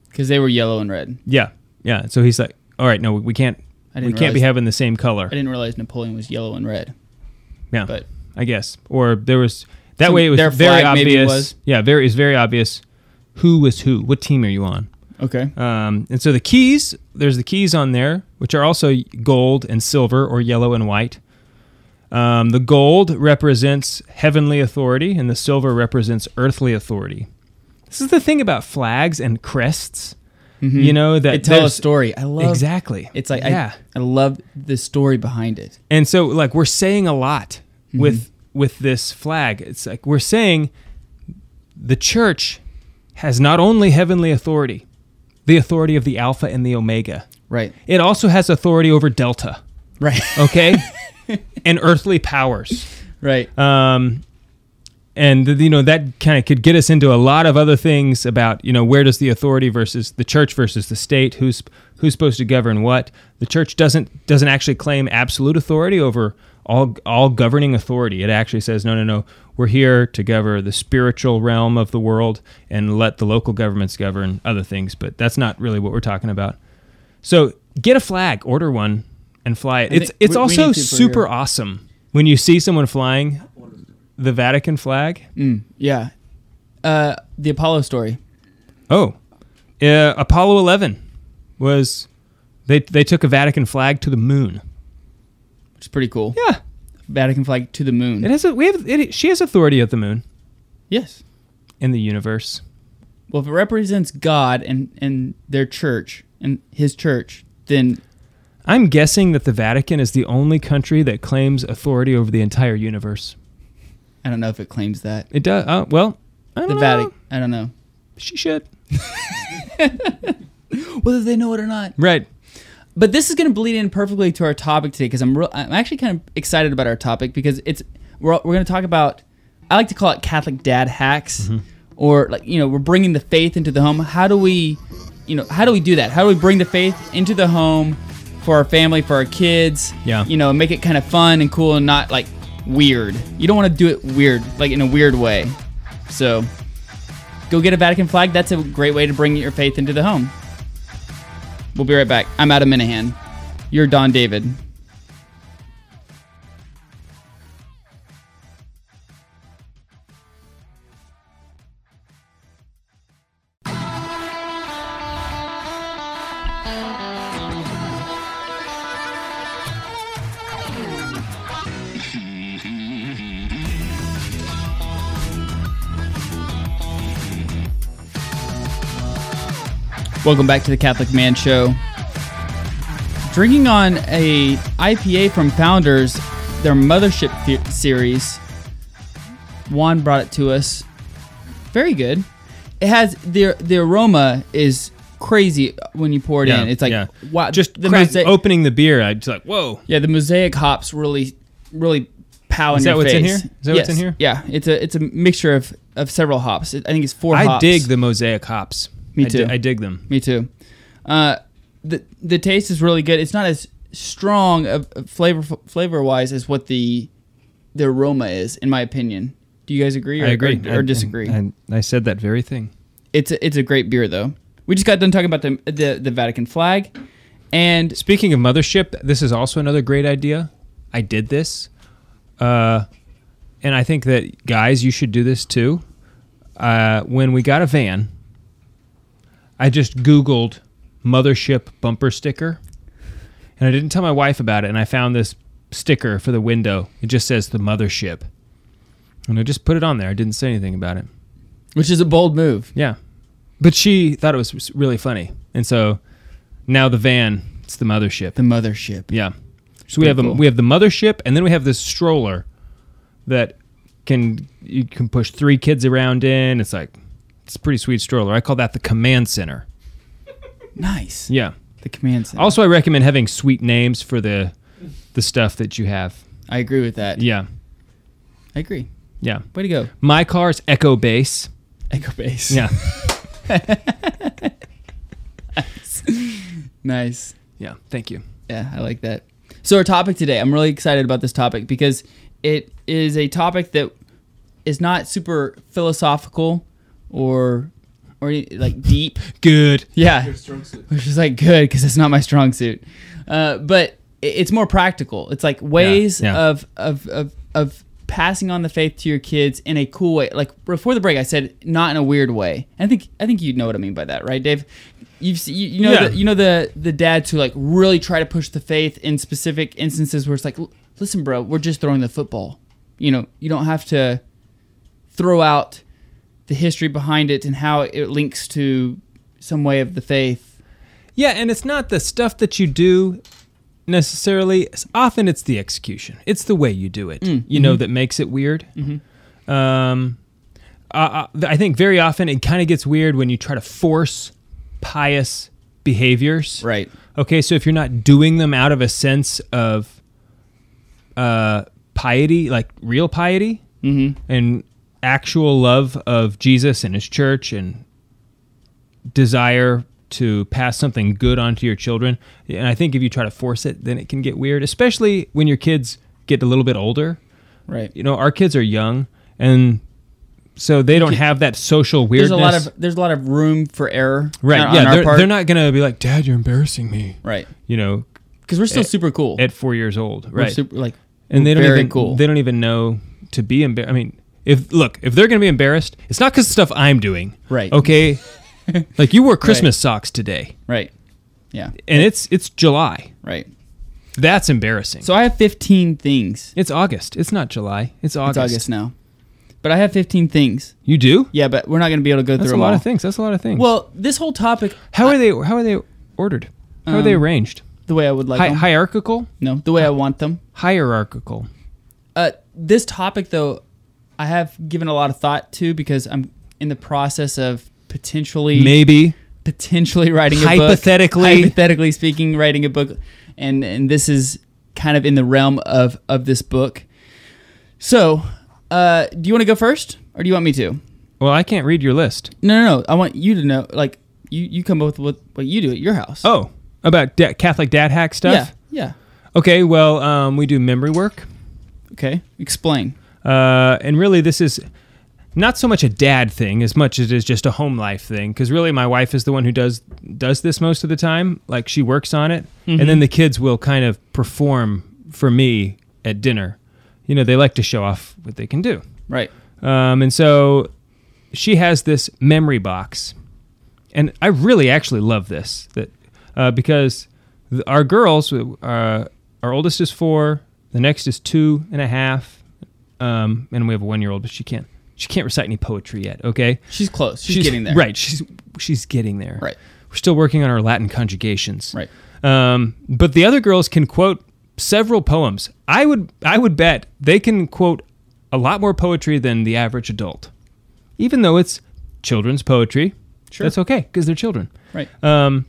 [SPEAKER 2] Because they were yellow and red.
[SPEAKER 1] Yeah, yeah. So he's like, all right, no, we can't.
[SPEAKER 2] I
[SPEAKER 1] We
[SPEAKER 2] didn't
[SPEAKER 1] can't be
[SPEAKER 2] realize-
[SPEAKER 1] having the same color.
[SPEAKER 2] I didn't realize Napoleon was yellow and red.
[SPEAKER 1] Yeah,
[SPEAKER 2] but-
[SPEAKER 1] I guess or there was that
[SPEAKER 2] So
[SPEAKER 1] way it was
[SPEAKER 2] their
[SPEAKER 1] very
[SPEAKER 2] flag maybe
[SPEAKER 1] obvious.
[SPEAKER 2] was-
[SPEAKER 1] Yeah, very it's very obvious who was who. What team are you on?
[SPEAKER 2] Okay.
[SPEAKER 1] Um, and so the keys, there's the keys on there, which are also gold and silver or yellow and white. Um, the gold represents heavenly authority, and the silver represents earthly authority. This is the thing about flags and crests, you know, that
[SPEAKER 2] They Mm-hmm. tell a
[SPEAKER 1] there's-
[SPEAKER 2] story. I love
[SPEAKER 1] Exactly.
[SPEAKER 2] It's like
[SPEAKER 1] yeah,
[SPEAKER 2] I, I love the story behind it.
[SPEAKER 1] and so like we're saying a lot
[SPEAKER 2] Mm-hmm.
[SPEAKER 1] with with this flag. It's like we're saying the church has not only heavenly authority, the authority of the Alpha and the Omega.
[SPEAKER 2] Right.
[SPEAKER 1] It also has authority over Delta,
[SPEAKER 2] Right.
[SPEAKER 1] okay, and earthly powers.
[SPEAKER 2] right.
[SPEAKER 1] Um, and you know that kind of could get us into a lot of other things about you know where does the authority versus the church versus the state who's who's supposed to govern what the church doesn't doesn't actually claim absolute authority over all all governing authority it actually says no no no we're here to govern the spiritual realm of the world and let the local governments govern other things but that's not really what we're talking about so get a flag order one and fly it
[SPEAKER 2] think
[SPEAKER 1] it's it's
[SPEAKER 2] we- we
[SPEAKER 1] also
[SPEAKER 2] need to for
[SPEAKER 1] super
[SPEAKER 2] your-
[SPEAKER 1] awesome when you see someone flying the Vatican flag.
[SPEAKER 2] yeah. Uh, the Apollo story.
[SPEAKER 1] Oh, uh, Apollo Eleven was they they took a Vatican flag to the moon.
[SPEAKER 2] which is pretty cool.
[SPEAKER 1] Yeah,
[SPEAKER 2] Vatican flag to the moon.
[SPEAKER 1] it has a, we have it, she has authority at the moon
[SPEAKER 2] Yes.
[SPEAKER 1] in the universe.
[SPEAKER 2] Well, if it represents God and and their church and His church, then
[SPEAKER 1] I'm guessing that the Vatican is the only country that claims authority over the entire universe.
[SPEAKER 2] I don't know if it claims that
[SPEAKER 1] It does. Uh, well, I don't
[SPEAKER 2] the
[SPEAKER 1] know.
[SPEAKER 2] Vatican. I don't know
[SPEAKER 1] She should.
[SPEAKER 2] whether they know it or not.
[SPEAKER 1] Right.
[SPEAKER 2] But this is going to bleed in perfectly to our topic today because I'm real, I'm actually kind of excited about our topic because it's we're we're going to talk about I like to call it Catholic dad hacks or like you know we're bringing the faith into the home. How do we you know how do we do that? How do we bring the faith into the home for our family for our kids?
[SPEAKER 1] Yeah.
[SPEAKER 2] you know make it kind of fun and cool and not like weird. You don't want to do it weird like in a weird way. So go get a Vatican flag. That's a great way to bring your faith into the home. We'll be right back. I'm Adam Minahan. You're Don David. Welcome back to the Catholic Man Show. Drinking on a IPA from Founders, their Mothership the- series. Juan brought it to us. Very good. It has the the aroma is crazy when you pour it in. It's like wow,
[SPEAKER 1] Just
[SPEAKER 2] the
[SPEAKER 1] crack-
[SPEAKER 2] mosaic,
[SPEAKER 1] opening the beer, I just like whoa.
[SPEAKER 2] yeah, the mosaic hops really really pow
[SPEAKER 1] Is
[SPEAKER 2] in
[SPEAKER 1] that
[SPEAKER 2] your
[SPEAKER 1] what's in
[SPEAKER 2] face.
[SPEAKER 1] here? Is that what's in here?
[SPEAKER 2] Yeah, it's a it's a mixture of of several hops. It- I think it's four.
[SPEAKER 1] I
[SPEAKER 2] hops.
[SPEAKER 1] dig the mosaic hops.
[SPEAKER 2] Me
[SPEAKER 1] I di-
[SPEAKER 2] too.
[SPEAKER 1] I dig them.
[SPEAKER 2] Me too. Uh, the the taste is really good. It's not as strong of of flavor flavor wise as what the the aroma is, in my opinion. Do you guys agree? Or,
[SPEAKER 1] I agree
[SPEAKER 2] or, or disagree?
[SPEAKER 1] And I, said that very thing.
[SPEAKER 2] it's a, it's a great beer though. We just got done talking about the the, the Vatican flag, and
[SPEAKER 1] Speaking of mothership, this is also another great idea. I did this, uh, and I think that guys, you should do this too. Uh, when we got a van, I just Googled mothership bumper sticker, and I didn't tell my wife about it. And I found this sticker for the window. It just says the mothership, and I just put it on there. I didn't say anything about it.
[SPEAKER 2] which is a bold move.
[SPEAKER 1] Yeah. But she thought it was really funny. And so now the van, it's the mothership.
[SPEAKER 2] The mothership.
[SPEAKER 1] Yeah. So we have a,
[SPEAKER 2] cool.
[SPEAKER 1] we have the mothership and then we have this stroller that can you can push three kids around in. It's like it's a pretty sweet stroller. I call that the command center.
[SPEAKER 2] Nice.
[SPEAKER 1] Yeah.
[SPEAKER 2] The command center.
[SPEAKER 1] Also I recommend having sweet names for the the stuff that you have.
[SPEAKER 2] I agree with that.
[SPEAKER 1] Yeah.
[SPEAKER 2] I agree.
[SPEAKER 1] Yeah.
[SPEAKER 2] Way to go,
[SPEAKER 1] My car's Echo Base.
[SPEAKER 2] Echo Base.
[SPEAKER 1] Yeah.
[SPEAKER 2] Nice.
[SPEAKER 1] yeah. Thank you.
[SPEAKER 2] Yeah, I like that. So our topic today, I'm really excited about this topic because it is a topic that is not super philosophical or or like deep.
[SPEAKER 1] Good.
[SPEAKER 2] Yeah,
[SPEAKER 4] Strong suit.
[SPEAKER 2] which is like good because it's not my strong suit. Uh, but i- it's more practical. It's like ways
[SPEAKER 1] yeah.
[SPEAKER 2] of of of of passing on the faith to your kids in a cool way. Like before the break, I said not in a weird way. I think I think you know what I mean by that, right, Dave? You've se- you, you know
[SPEAKER 1] Yeah.
[SPEAKER 2] the, you know the the dads who like really try to push the faith in specific instances where it's like, "L- listen, bro, we're just throwing the football. You know, you don't have to throw out the history behind it and how it links to some way of the faith
[SPEAKER 1] Yeah, and it's not the stuff that you do necessarily. It's- Often it's the execution. It's the way you do it. You know that makes it weird. Um, I- I I think very often it kind of gets weird when you try to force pious behaviors.
[SPEAKER 2] Right.
[SPEAKER 1] Okay, so if you're not doing them out of a sense of uh, piety, like real piety,
[SPEAKER 2] Mm-hmm.
[SPEAKER 1] and actual love of Jesus and His church, and desire to pass something good on to your children, and I think if you try to force it, then it can get weird, especially when your kids get a little bit older.
[SPEAKER 2] Right.
[SPEAKER 1] You know, our kids are young, and so they don't have that social weirdness.
[SPEAKER 2] There's a lot of there's a lot of room for error.
[SPEAKER 1] right.
[SPEAKER 2] on,
[SPEAKER 1] yeah,
[SPEAKER 2] on our
[SPEAKER 1] they're,
[SPEAKER 2] part.
[SPEAKER 1] they're not gonna be like, "Dad, you're embarrassing me."
[SPEAKER 2] right
[SPEAKER 1] You know,
[SPEAKER 2] because we're still super cool.
[SPEAKER 1] at four years old,
[SPEAKER 2] We're
[SPEAKER 1] right?
[SPEAKER 2] super like
[SPEAKER 1] and they don't
[SPEAKER 2] very
[SPEAKER 1] even
[SPEAKER 2] cool.
[SPEAKER 1] they don't even know to be embarrassed. I mean, if look, if they're gonna be embarrassed, it's not because stuff I'm doing,
[SPEAKER 2] Right.
[SPEAKER 1] Okay, like you wore Christmas socks today,
[SPEAKER 2] right. Yeah.
[SPEAKER 1] and it's it's July.
[SPEAKER 2] Right.
[SPEAKER 1] That's embarrassing.
[SPEAKER 2] So I have 15 things.
[SPEAKER 1] it's August. It's not July. It's
[SPEAKER 2] It's
[SPEAKER 1] August.
[SPEAKER 2] August now, but I have 15 things.
[SPEAKER 1] You do?
[SPEAKER 2] Yeah, but we're not gonna be able to go
[SPEAKER 1] That's
[SPEAKER 2] through
[SPEAKER 1] a
[SPEAKER 2] them
[SPEAKER 1] lot
[SPEAKER 2] all.
[SPEAKER 1] of things. That's a lot of things.
[SPEAKER 2] Well, this whole topic,
[SPEAKER 1] how are they? How are they ordered? How are they
[SPEAKER 2] Um,
[SPEAKER 1] arranged?
[SPEAKER 2] the way I would like
[SPEAKER 1] Hi-
[SPEAKER 2] them,
[SPEAKER 1] hierarchical,
[SPEAKER 2] no, the way I want them.
[SPEAKER 1] hierarchical.
[SPEAKER 2] Uh, this topic though, I have given a lot of thought to because I'm in the process of potentially
[SPEAKER 1] Maybe
[SPEAKER 2] potentially writing a book,
[SPEAKER 1] Hypothetically.
[SPEAKER 2] hypothetically speaking, writing a book, and and this is kind of in the realm of of this book. So, uh, do you want to go first, or do you want me to?
[SPEAKER 1] Well, I can't read your list.
[SPEAKER 2] No, no, no. I want you to know, like you you come up with what, what you do at your house.
[SPEAKER 1] Oh, about da- Catholic dad hack stuff.
[SPEAKER 2] yeah, yeah.
[SPEAKER 1] Okay, well, um, we do memory work.
[SPEAKER 2] Okay, explain.
[SPEAKER 1] Uh, and really, this is not so much a dad thing as much as it is just a home life thing. Because really, my wife is the one who does does this most of the time. Like she works on it, and then the kids will kind of perform for me at dinner. You know, they like to show off what they can do.
[SPEAKER 2] Right.
[SPEAKER 1] Um, and so she has this memory box. And I really actually love this that uh, because th- our girls, uh, our oldest is four, the next is two and a half, um, and we have a one year old, but she can't she can't recite any poetry yet. Okay,
[SPEAKER 2] She's close. She's, getting there.
[SPEAKER 1] Right, she's she's getting there.
[SPEAKER 2] Right.
[SPEAKER 1] We're still working on our Latin conjugations.
[SPEAKER 2] Right.
[SPEAKER 1] Um, but the other girls can quote several poems. I would I would bet they can quote a lot more poetry than the average adult, even though it's children's poetry.
[SPEAKER 2] Sure.
[SPEAKER 1] That's okay because they're children.
[SPEAKER 2] Right.
[SPEAKER 1] Um,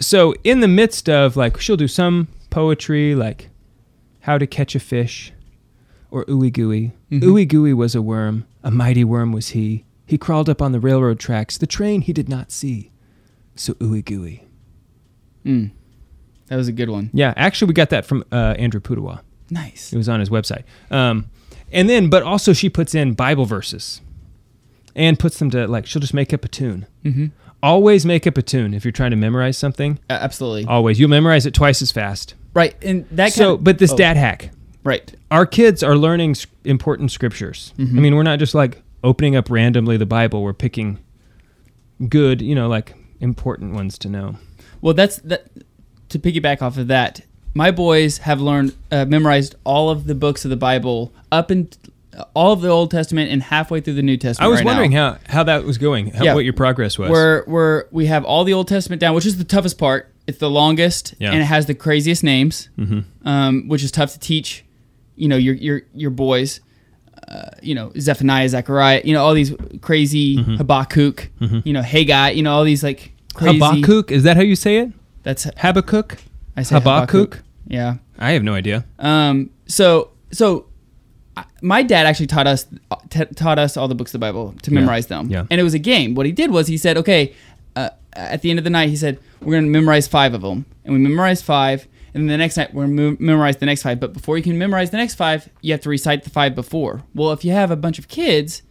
[SPEAKER 1] so in the midst of like she'll do some poetry like how to catch a fish or ooey gooey. Ooey gooey was a worm, a mighty worm was he. He crawled up on the railroad tracks, the train he did not see. So ooey gooey.
[SPEAKER 2] That was a good one.
[SPEAKER 1] Yeah, actually we got that from uh, Andrew Pudawa.
[SPEAKER 2] Nice.
[SPEAKER 1] It was on his website. Um, and then but also she puts in Bible verses and puts them to like she'll just make up a tune. Mm-hmm. Always make up a tune if you're trying to memorize something.
[SPEAKER 2] Uh, absolutely.
[SPEAKER 1] Always. You'll memorize it twice as fast.
[SPEAKER 2] Right. And that
[SPEAKER 1] So,
[SPEAKER 2] kind of-
[SPEAKER 1] but this
[SPEAKER 2] oh,
[SPEAKER 1] dad hack.
[SPEAKER 2] Right.
[SPEAKER 1] Our kids are learning s- important scriptures. I mean, we're not just like opening up randomly the Bible. We're picking good, you know, like important ones to know.
[SPEAKER 2] Well, that's that. To piggyback off of that, my boys have learned uh, memorized all of the books of the Bible up and all of the Old Testament and halfway through the New Testament.
[SPEAKER 1] I was
[SPEAKER 2] right
[SPEAKER 1] wondering
[SPEAKER 2] now.
[SPEAKER 1] how how that was going, how,
[SPEAKER 2] Yeah.
[SPEAKER 1] what your progress was.
[SPEAKER 2] We're we're we have all the Old Testament down, which is the toughest part. It's the longest
[SPEAKER 1] Yeah. Mm-hmm.
[SPEAKER 2] and it has the craziest names, um, which is tough to teach. You know your your your boys, uh, you know Zephaniah, Zechariah, you know all these crazy
[SPEAKER 1] Mm-hmm.
[SPEAKER 2] Habakkuk, you know Haggai, you know all these like crazy.
[SPEAKER 1] Habakkuk, is that how you say it?
[SPEAKER 2] That's
[SPEAKER 1] Habakkuk?
[SPEAKER 2] I say Habakkuk. Yeah.
[SPEAKER 1] I have no idea.
[SPEAKER 2] Um, so so I- my dad actually taught us t- taught us all the books of the Bible to memorize them.
[SPEAKER 1] Yeah.
[SPEAKER 2] And it was a game. What he did was he said, "Okay, uh, at the end of the night he said, "We're going to memorize 5 of them." And we memorized 5, and then the next night we're going to memorize the next 5, but before you can memorize the next 5, you have to recite the 5 before. Well, if you have a bunch of kids,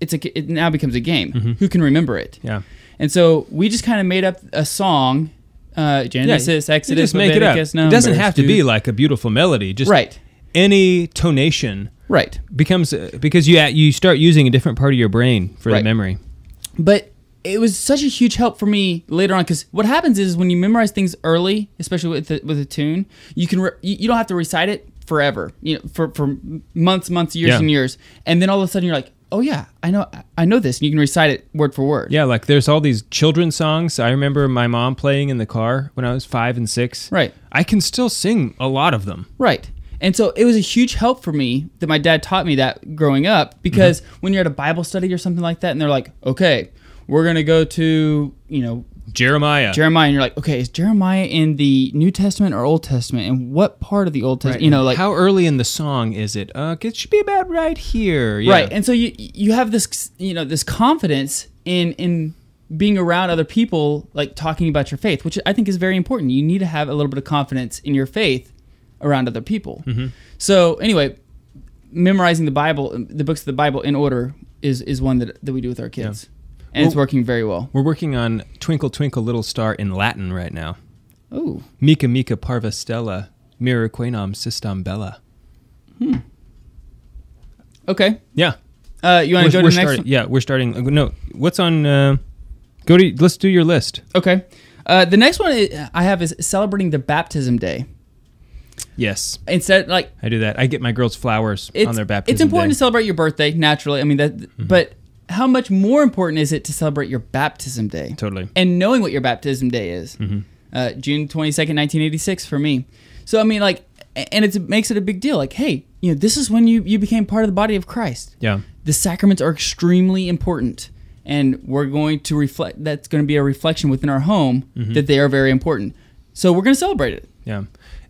[SPEAKER 2] it's a it now becomes a game. Who can remember it?
[SPEAKER 1] Mm-hmm. Yeah.
[SPEAKER 2] And so we just kind of made up a song uh, Genesis,
[SPEAKER 1] You
[SPEAKER 2] Exodus,
[SPEAKER 1] just make it up.
[SPEAKER 2] Leviticus,
[SPEAKER 1] It doesn't
[SPEAKER 2] Numbers,
[SPEAKER 1] have to
[SPEAKER 2] Jude-
[SPEAKER 1] be like a beautiful melody. Just
[SPEAKER 2] Right.
[SPEAKER 1] any tonation
[SPEAKER 2] Right.
[SPEAKER 1] becomes uh, because you you start using a different part of your brain for the
[SPEAKER 2] Right.
[SPEAKER 1] memory.
[SPEAKER 2] but it was such a huge help for me later on because what happens is when you memorize things early, especially with the, with a tune, you can re- you, you don't have to recite it forever, you know, for for months, months, years,
[SPEAKER 1] Yeah.
[SPEAKER 2] and years, and then all of a sudden you're like, oh yeah, I know, I know this, and you can recite it word for word.
[SPEAKER 1] Yeah, like there's all these children's songs. I remember my mom playing in the car when I was five and six.
[SPEAKER 2] Right.
[SPEAKER 1] I can still sing a lot of them.
[SPEAKER 2] Right. And so it was a huge help for me that my dad taught me that growing up because
[SPEAKER 1] Mm-hmm.
[SPEAKER 2] when you're at a Bible study or something like that, and they're like, okay, we're gonna go to you know
[SPEAKER 1] Jeremiah.
[SPEAKER 2] Jeremiah, and you're like, okay, is Jeremiah in the New Testament or Old Testament? And what part of the Old Testament? You know, like
[SPEAKER 1] how early in the song is it? Uh, it should be about right here. Yeah.
[SPEAKER 2] right. And so you you have this you know this confidence in in being around other people, like talking about your faith, which I think is very important. You need to have a little bit of confidence in your faith around other people.
[SPEAKER 1] Mm-hmm.
[SPEAKER 2] So anyway, memorizing the Bible, the books of the Bible in order is is one that that we do with our kids, and it's
[SPEAKER 1] Well-
[SPEAKER 2] working very well.
[SPEAKER 1] We're working on "Twinkle Twinkle Little Star" in Latin right now.
[SPEAKER 2] Oh,
[SPEAKER 1] Mica Mica Parva Stella, Miraquenam Sistam Bella.
[SPEAKER 2] okay.
[SPEAKER 1] Yeah.
[SPEAKER 2] Uh, you want to go to the next?
[SPEAKER 1] starting.
[SPEAKER 2] one?
[SPEAKER 1] Yeah, we're starting. No, what's on? Uh, go to. Let's do your list.
[SPEAKER 2] Okay. Uh, the next one i- I have is celebrating the baptism day.
[SPEAKER 1] Yes,
[SPEAKER 2] Instead, like
[SPEAKER 1] I do that. I get my girls flowers
[SPEAKER 2] it's
[SPEAKER 1] on their baptism.
[SPEAKER 2] it's important
[SPEAKER 1] day. Mm-hmm.
[SPEAKER 2] to celebrate your birthday naturally. I mean that, but how much more important is it to celebrate your baptism day?
[SPEAKER 1] Totally. Mm-hmm.
[SPEAKER 2] And knowing what your baptism day is, uh, June twenty second, nineteen eighty six, for me. So I mean, like, a- and it's, it makes it a big deal. Like, hey, you know, this is when you you became part of the body of Christ.
[SPEAKER 1] Yeah.
[SPEAKER 2] the sacraments are extremely important and we're going to reflect that's going to be a reflection within our home
[SPEAKER 1] Mm-hmm.
[SPEAKER 2] that they are very important so we're going to celebrate it
[SPEAKER 1] Yeah,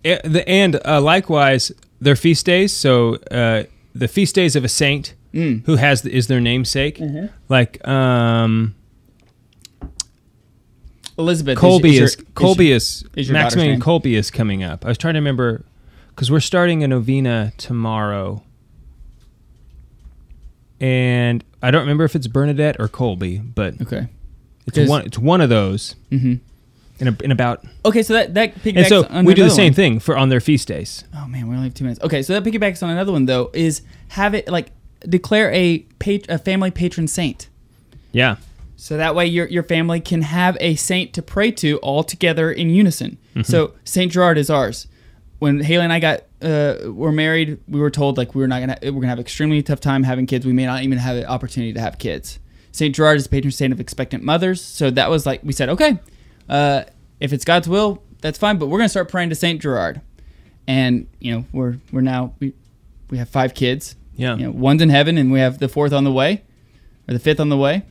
[SPEAKER 1] A- the- and uh, likewise, their feast days. So uh, the feast days of a saint
[SPEAKER 2] Mm.
[SPEAKER 1] who has is their namesake,
[SPEAKER 2] Mm-hmm.
[SPEAKER 1] like um,
[SPEAKER 2] elizabeth
[SPEAKER 1] Colby
[SPEAKER 2] your-
[SPEAKER 1] is,
[SPEAKER 2] your-
[SPEAKER 1] Colby
[SPEAKER 2] your-
[SPEAKER 1] is,
[SPEAKER 2] is your daughter's
[SPEAKER 1] Maximilian
[SPEAKER 2] name?
[SPEAKER 1] Colby is coming up. I was trying to remember because we're starting a novena tomorrow, and I don't remember if it's Bernadette or Colby, but
[SPEAKER 2] okay
[SPEAKER 1] it's
[SPEAKER 2] Because-
[SPEAKER 1] one it's one of those. Mm-hmm. In, a, in about
[SPEAKER 2] okay so that that piggybacks
[SPEAKER 1] and so
[SPEAKER 2] on
[SPEAKER 1] we do the
[SPEAKER 2] another
[SPEAKER 1] same
[SPEAKER 2] one.
[SPEAKER 1] thing for on their feast days.
[SPEAKER 2] oh man we only have two minutes okay so that piggybacks on another one though is have it like declare a pat- a family patron saint
[SPEAKER 1] Yeah,
[SPEAKER 2] So that way your, your family can have a saint to pray to all together in unison. So Saint Gerard is ours. When Haley and I got uh, were married, we were told like we were not gonna we're gonna have extremely tough time having kids. We may not even have an opportunity to have kids. Saint Gerard is the patron saint of expectant mothers. So that was like we said, okay, Uh, if it's God's will, that's fine. But we're gonna start praying to Saint Gerard, and you know we're we're now we we have five kids.
[SPEAKER 1] Yeah.
[SPEAKER 2] You know, one's in heaven, and we have the fourth on the way, or the fifth on the way.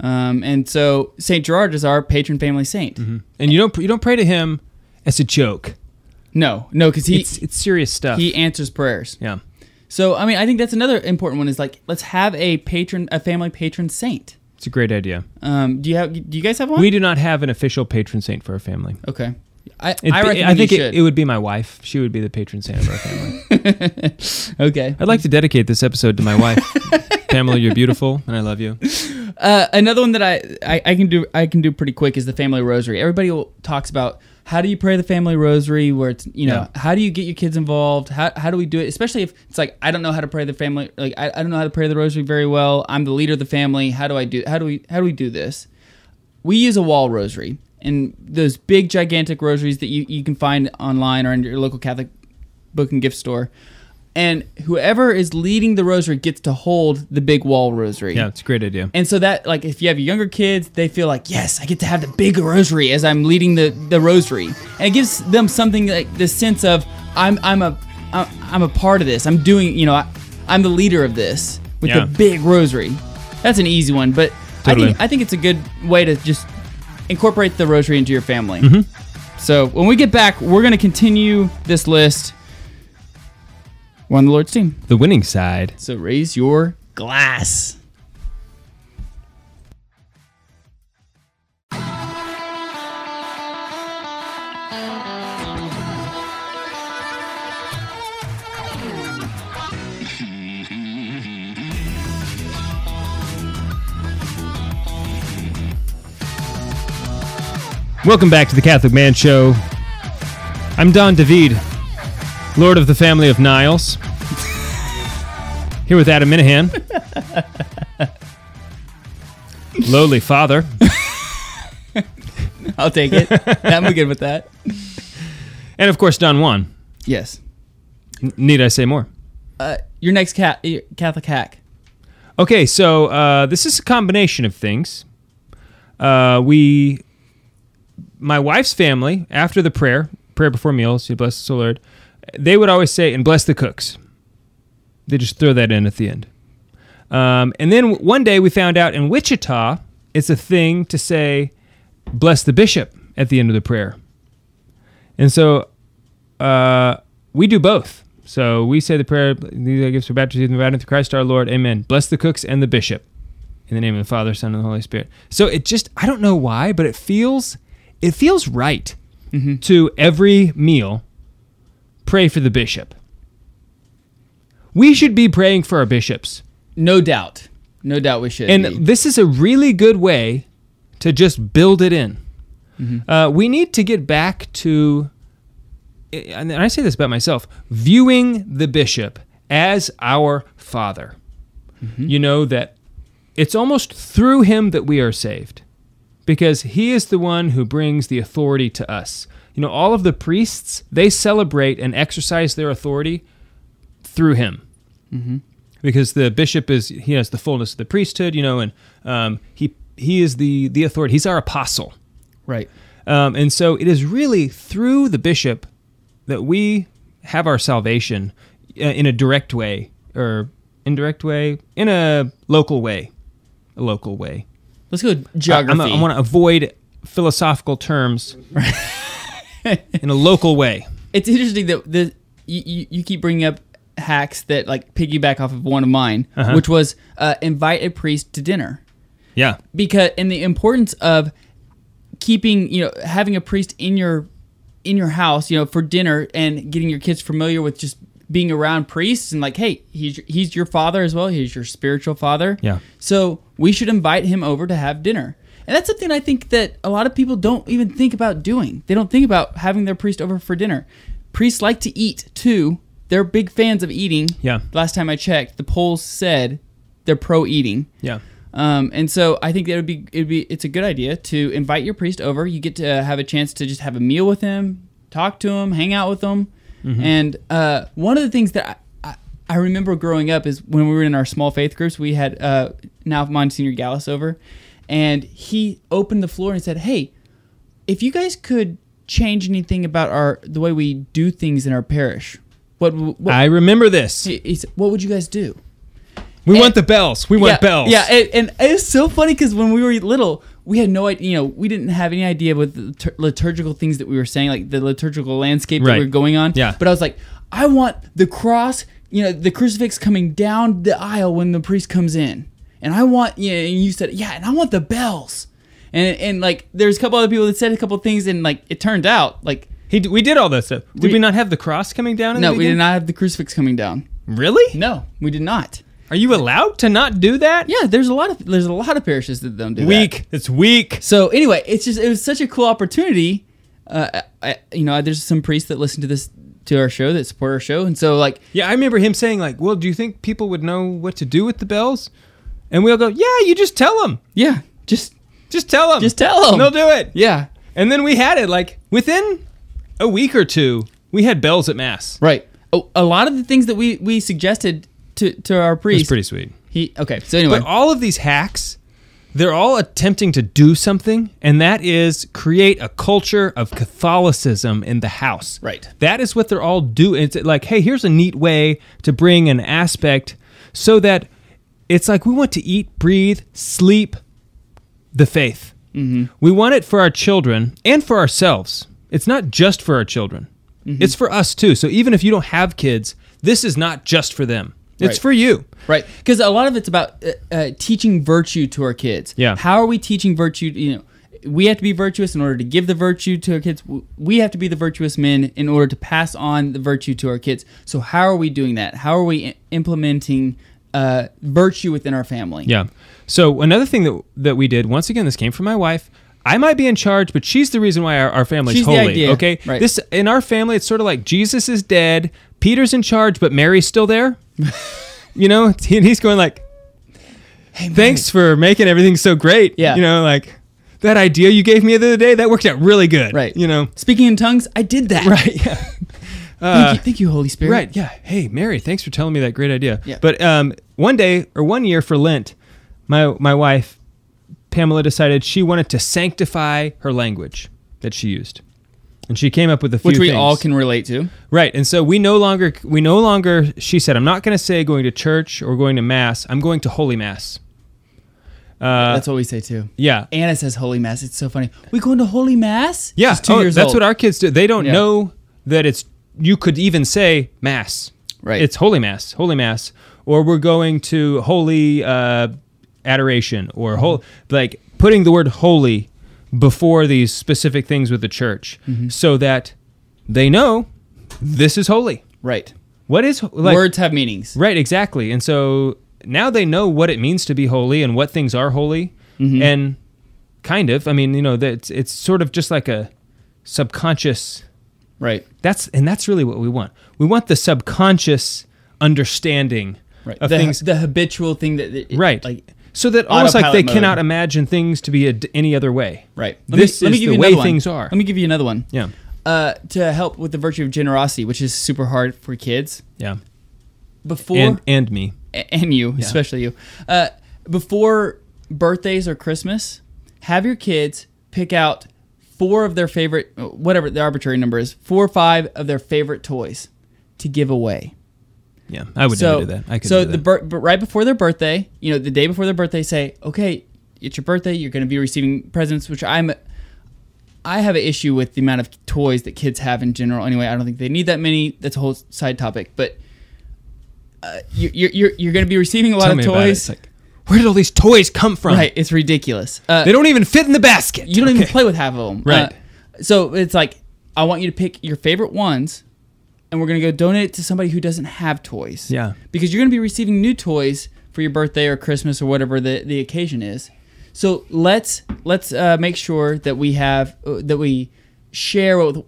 [SPEAKER 2] Um, and so Saint Gerard is our patron family saint.
[SPEAKER 1] And you don't you don't pray to him as a joke.
[SPEAKER 2] No, no, because he
[SPEAKER 1] it's it's serious stuff.
[SPEAKER 2] he answers prayers.
[SPEAKER 1] yeah.
[SPEAKER 2] So I mean, I think that's another important one is like let's have a patron, a family patron saint.
[SPEAKER 1] It's a great idea.
[SPEAKER 2] Um, do you have? Do you guys have one?
[SPEAKER 1] We do not have an official patron saint for our family.
[SPEAKER 2] Okay. I,
[SPEAKER 1] It'd
[SPEAKER 2] I
[SPEAKER 1] be-
[SPEAKER 2] reckon
[SPEAKER 1] I think
[SPEAKER 2] you
[SPEAKER 1] it,
[SPEAKER 2] should.
[SPEAKER 1] it would be my wife. She would be the patron saint of our family.
[SPEAKER 2] okay.
[SPEAKER 1] I'd like to dedicate this episode to my wife. Pamela, you're beautiful and I love you.
[SPEAKER 2] Uh, another one that I, I I can do I can do pretty quick is the family rosary. Everybody will, talks about how do you pray the family rosary, where it's you know how do you get your kids involved? How how do we do it? Especially if it's like I don't know how to pray the family, like I, I don't know how to pray the rosary very well. I'm the leader of the family. How do I do? How do we how do we do this? we use a wall rosary and those big gigantic rosaries that you, you can find online or in your local catholic book and gift store and whoever is leading the rosary gets to hold the big wall rosary
[SPEAKER 1] Yeah, it's a great idea.
[SPEAKER 2] and so that like if you have younger kids they feel like yes i get to have the big rosary as i'm leading the, the rosary and it gives them something like the sense of i'm i'm a i'm I'm a part of this i'm doing you know I, i'm the leader of this with
[SPEAKER 1] Yeah.
[SPEAKER 2] the big rosary that's an easy one but I
[SPEAKER 1] Totally.
[SPEAKER 2] think I think it's a good way to just incorporate the rosary into your family.
[SPEAKER 1] Mm-hmm.
[SPEAKER 2] So when we get back, we're gonna continue this list. We're on the Lord's team,
[SPEAKER 1] The winning side.
[SPEAKER 2] so raise your glass.
[SPEAKER 1] Welcome back to the Catholic Man Show. I'm Don David, Lord of the Family of Niles, here with Adam Minahan, lowly father.
[SPEAKER 2] I'll take it. I'm good with that.
[SPEAKER 1] And of course, Don Juan.
[SPEAKER 2] Yes.
[SPEAKER 1] N- Need I say more?
[SPEAKER 2] Uh, your next cat, your Catholic hack.
[SPEAKER 1] Okay, so uh, this is a combination of things. Uh, we, my wife's family, after the prayer, prayer before meals, you bless us, O Lord, they would always say, and bless the cooks. They just throw that in at the end. Um, and then w- one day we found out in Wichita, it's a thing to say, bless the bishop at the end of the prayer. And so uh, we do both. So we say the prayer, these are gifts for baptism, in the name of Christ our Lord. Amen. Bless the cooks and the bishop. In the name of the Father, Son, and the Holy Spirit. So it just, I don't know why, but it feels, it feels right to every meal pray for the bishop. We should be praying for our bishops.
[SPEAKER 2] No doubt. No doubt we should.
[SPEAKER 1] And
[SPEAKER 2] be.
[SPEAKER 1] this is a really good way to just build it in. Uh, we need to get back to, eh, and I say this about myself, viewing the bishop as our father. You know, that it's almost through him that we are saved because he is the one who brings the authority to us. You know, all of the priests, they celebrate and exercise their authority through him because the bishop is he has the fullness of the priesthood, you know, and um, he he is the the authority. He's our apostle,
[SPEAKER 2] right.
[SPEAKER 1] um, and so it is really through the bishop that we have our salvation uh, in a direct way or indirect way, in a local way, a local way.
[SPEAKER 2] Let's go
[SPEAKER 1] I- Uh, I'm
[SPEAKER 2] geography.
[SPEAKER 1] a- I want to avoid philosophical terms in a local way.
[SPEAKER 2] it's interesting that the you- you, you keep bringing up hacks that like piggyback off of one of mine,
[SPEAKER 1] Uh-huh.
[SPEAKER 2] which was uh, invite a priest to dinner
[SPEAKER 1] Yeah,
[SPEAKER 2] because and the importance of keeping you know having a priest in your in your house you know for dinner and getting your kids familiar with just being around priests and like hey he's your- he's your father as well he's your spiritual father
[SPEAKER 1] Yeah.
[SPEAKER 2] so we should invite him over to have dinner and that's something i think that a lot of people don't even think about doing they don't think about having their priest over for dinner priests like to eat too they're big fans of eating
[SPEAKER 1] Yeah.
[SPEAKER 2] last time i checked the polls said they're pro eating
[SPEAKER 1] yeah.
[SPEAKER 2] um, and so I think that would be it would be it's a good idea to invite your priest over. You get to have a chance to just have a meal with him, talk to him, hang out with him. And uh, one of the things that I, I, I remember growing up is when we were in our small faith groups, we had uh, now Monsignor Gallus over, and he opened the floor and said, "Hey, if you guys could change anything about our the way we do things in our parish, what w- what,
[SPEAKER 1] I remember this.
[SPEAKER 2] he- he said, what would you guys do?
[SPEAKER 1] We
[SPEAKER 2] and-
[SPEAKER 1] want the bells. We want
[SPEAKER 2] yeah,
[SPEAKER 1] bells.
[SPEAKER 2] Yeah, and, and it's so funny because when we were little, we had no idea. You know, we didn't have any idea what the litur- liturgical things that we were saying, like the liturgical landscape that
[SPEAKER 1] Right.
[SPEAKER 2] we were going on.
[SPEAKER 1] Yeah.
[SPEAKER 2] But I was like, I want the cross. You know, the crucifix coming down the aisle when the priest comes in, and I want. You know, and you said, yeah, and I want the bells, and and like there's a couple other people that said a couple things, and like it turned out like
[SPEAKER 1] He, d- we did all that stuff. Did we, not have the cross coming down? In
[SPEAKER 2] no,
[SPEAKER 1] the
[SPEAKER 2] we did
[SPEAKER 1] beginning?
[SPEAKER 2] not have the crucifix coming down.
[SPEAKER 1] Really?
[SPEAKER 2] No, we did not.
[SPEAKER 1] Are you allowed to not do that?
[SPEAKER 2] Yeah, there's a lot of there's a lot of parishes that don't do that.
[SPEAKER 1] Weak. It's weak.
[SPEAKER 2] So anyway, it's just it was such a cool opportunity. Uh, I, I- you know, there's some priests that listen to this to our show that support our show, and so like,
[SPEAKER 1] Yeah, I remember him saying like, "Well, do you think people would know what to do with the bells?" And we all go, "Yeah, you just tell them.
[SPEAKER 2] yeah, just
[SPEAKER 1] Just tell them.
[SPEAKER 2] Just tell 'em."
[SPEAKER 1] They'll do it."
[SPEAKER 2] yeah,
[SPEAKER 1] And then we had it like within a week or two, we had bells at mass.
[SPEAKER 2] right. Oh, a lot of the things that we we suggested to to our priest,
[SPEAKER 1] It's pretty sweet.
[SPEAKER 2] He okay. So anyway,
[SPEAKER 1] But all of these hacks, they're all attempting to do something, and that is create a culture of Catholicism in the house.
[SPEAKER 2] Right.
[SPEAKER 1] That is what they're all doing. It's like, hey, here's a neat way to bring an aspect so that it's like we want to eat, breathe, sleep the faith.
[SPEAKER 2] Mm-hmm.
[SPEAKER 1] We want it for our children and for ourselves. It's not just for our children,
[SPEAKER 2] Mm-hmm.
[SPEAKER 1] it's for us too. So even if you don't have kids, this is not just for them, it's
[SPEAKER 2] Right.
[SPEAKER 1] for you.
[SPEAKER 2] right? Because a lot of it's about uh, uh, teaching virtue to our kids.
[SPEAKER 1] Yeah.
[SPEAKER 2] How are we teaching virtue? You know, we have to be virtuous in order to give the virtue to our kids. W- We have to be the virtuous men in order to pass on the virtue to our kids. So how are we doing that? How are we i- implementing uh, virtue within our family?
[SPEAKER 1] Yeah. So another thing that that we did once again, this came from my wife. I might be in charge, but she's the reason why our, our family's
[SPEAKER 2] She's the
[SPEAKER 1] holy.
[SPEAKER 2] idea.
[SPEAKER 1] Okay.
[SPEAKER 2] Right.
[SPEAKER 1] This in our family, it's sort of like Jesus is dead, Peter's in charge, but Mary's still there. you know, and he's going like, "Thanks for making everything so great."
[SPEAKER 2] Yeah.
[SPEAKER 1] You know, like that idea you gave me the other day that worked out really good.
[SPEAKER 2] Right.
[SPEAKER 1] You know.
[SPEAKER 2] Speaking in tongues, I did that.
[SPEAKER 1] Right. Yeah. Uh,
[SPEAKER 2] Thank, you, thank you, Holy Spirit.
[SPEAKER 1] Right. Yeah. Hey, Mary, thanks for telling me that great idea.
[SPEAKER 2] Yeah.
[SPEAKER 1] But um, one day or one year for Lent, my my wife, Pamela, decided she wanted to sanctify her language that she used, and she came up with a few
[SPEAKER 2] Which we
[SPEAKER 1] things.
[SPEAKER 2] all can relate to.
[SPEAKER 1] Right. And so we no longer we no longer she said I'm not going to say going to church or going to mass. I'm going to holy mass. Uh,
[SPEAKER 2] That's what we say too.
[SPEAKER 1] Yeah.
[SPEAKER 2] Anna says Holy Mass. It's so funny. We going to Holy Mass?
[SPEAKER 1] yeah.
[SPEAKER 2] She's two
[SPEAKER 1] oh,
[SPEAKER 2] years
[SPEAKER 1] that's
[SPEAKER 2] old.
[SPEAKER 1] what our kids do. They don't
[SPEAKER 2] Yeah.
[SPEAKER 1] know that it's you could even say mass.
[SPEAKER 2] Right.
[SPEAKER 1] It's holy mass, holy mass, or we're going to holy uh, adoration, or
[SPEAKER 2] Mm-hmm.
[SPEAKER 1] hol- like putting the word holy before these specific things with the church,
[SPEAKER 2] Mm-hmm.
[SPEAKER 1] so that they know this is holy.
[SPEAKER 2] right.
[SPEAKER 1] What is ho- like
[SPEAKER 2] Words have meanings.
[SPEAKER 1] right? Exactly, and so now they know what it means to be holy and what things are holy,
[SPEAKER 2] Mm-hmm.
[SPEAKER 1] and kind of. I mean, you know, that's it's sort of just like a subconscious
[SPEAKER 2] Right.
[SPEAKER 1] that's and that's really what we want. We want the subconscious understanding
[SPEAKER 2] right.
[SPEAKER 1] of
[SPEAKER 2] the,
[SPEAKER 1] things,
[SPEAKER 2] the habitual thing that it,
[SPEAKER 1] right?
[SPEAKER 2] Like
[SPEAKER 1] so that almost like they
[SPEAKER 2] autopilot mode.
[SPEAKER 1] cannot imagine things to be a d any other way,
[SPEAKER 2] right.
[SPEAKER 1] this is the way
[SPEAKER 2] another one.
[SPEAKER 1] things are.
[SPEAKER 2] Let me give you another one.
[SPEAKER 1] yeah,
[SPEAKER 2] Uh, to help with the virtue of generosity, which is super hard for kids.
[SPEAKER 1] yeah,
[SPEAKER 2] Before
[SPEAKER 1] and and me,
[SPEAKER 2] a- and you, especially you, uh, before birthdays or Christmas, have your kids pick out four of their favorite, whatever the arbitrary number is, four or five of their favorite toys to give away.
[SPEAKER 1] yeah. I would never
[SPEAKER 2] so,
[SPEAKER 1] do that. I could
[SPEAKER 2] so
[SPEAKER 1] do
[SPEAKER 2] the
[SPEAKER 1] that.
[SPEAKER 2] bir- but right before their birthday, you know, the day before their birthday, say, okay, it's your birthday. You're going to be receiving presents, which I'm. I have an issue with the amount of toys that kids have in general. Anyway, I don't think they need that many. That's a whole side topic, but. Uh, you- you're you're, you're going to be receiving a lot
[SPEAKER 1] Tell
[SPEAKER 2] of
[SPEAKER 1] me
[SPEAKER 2] toys.
[SPEAKER 1] about it. It's like, where did all these toys come from?
[SPEAKER 2] right, it's ridiculous. Uh,
[SPEAKER 1] They don't even fit in the basket.
[SPEAKER 2] you don't even
[SPEAKER 1] Okay.
[SPEAKER 2] play with half of them.
[SPEAKER 1] Right.
[SPEAKER 2] Uh, so it's like I want you to pick your favorite ones, and we're gonna go donate it to somebody who doesn't have toys.
[SPEAKER 1] Yeah.
[SPEAKER 2] Because you're gonna be receiving new toys for your birthday or Christmas or whatever the, the occasion is. So let's let's uh, make sure that we have uh, that we share with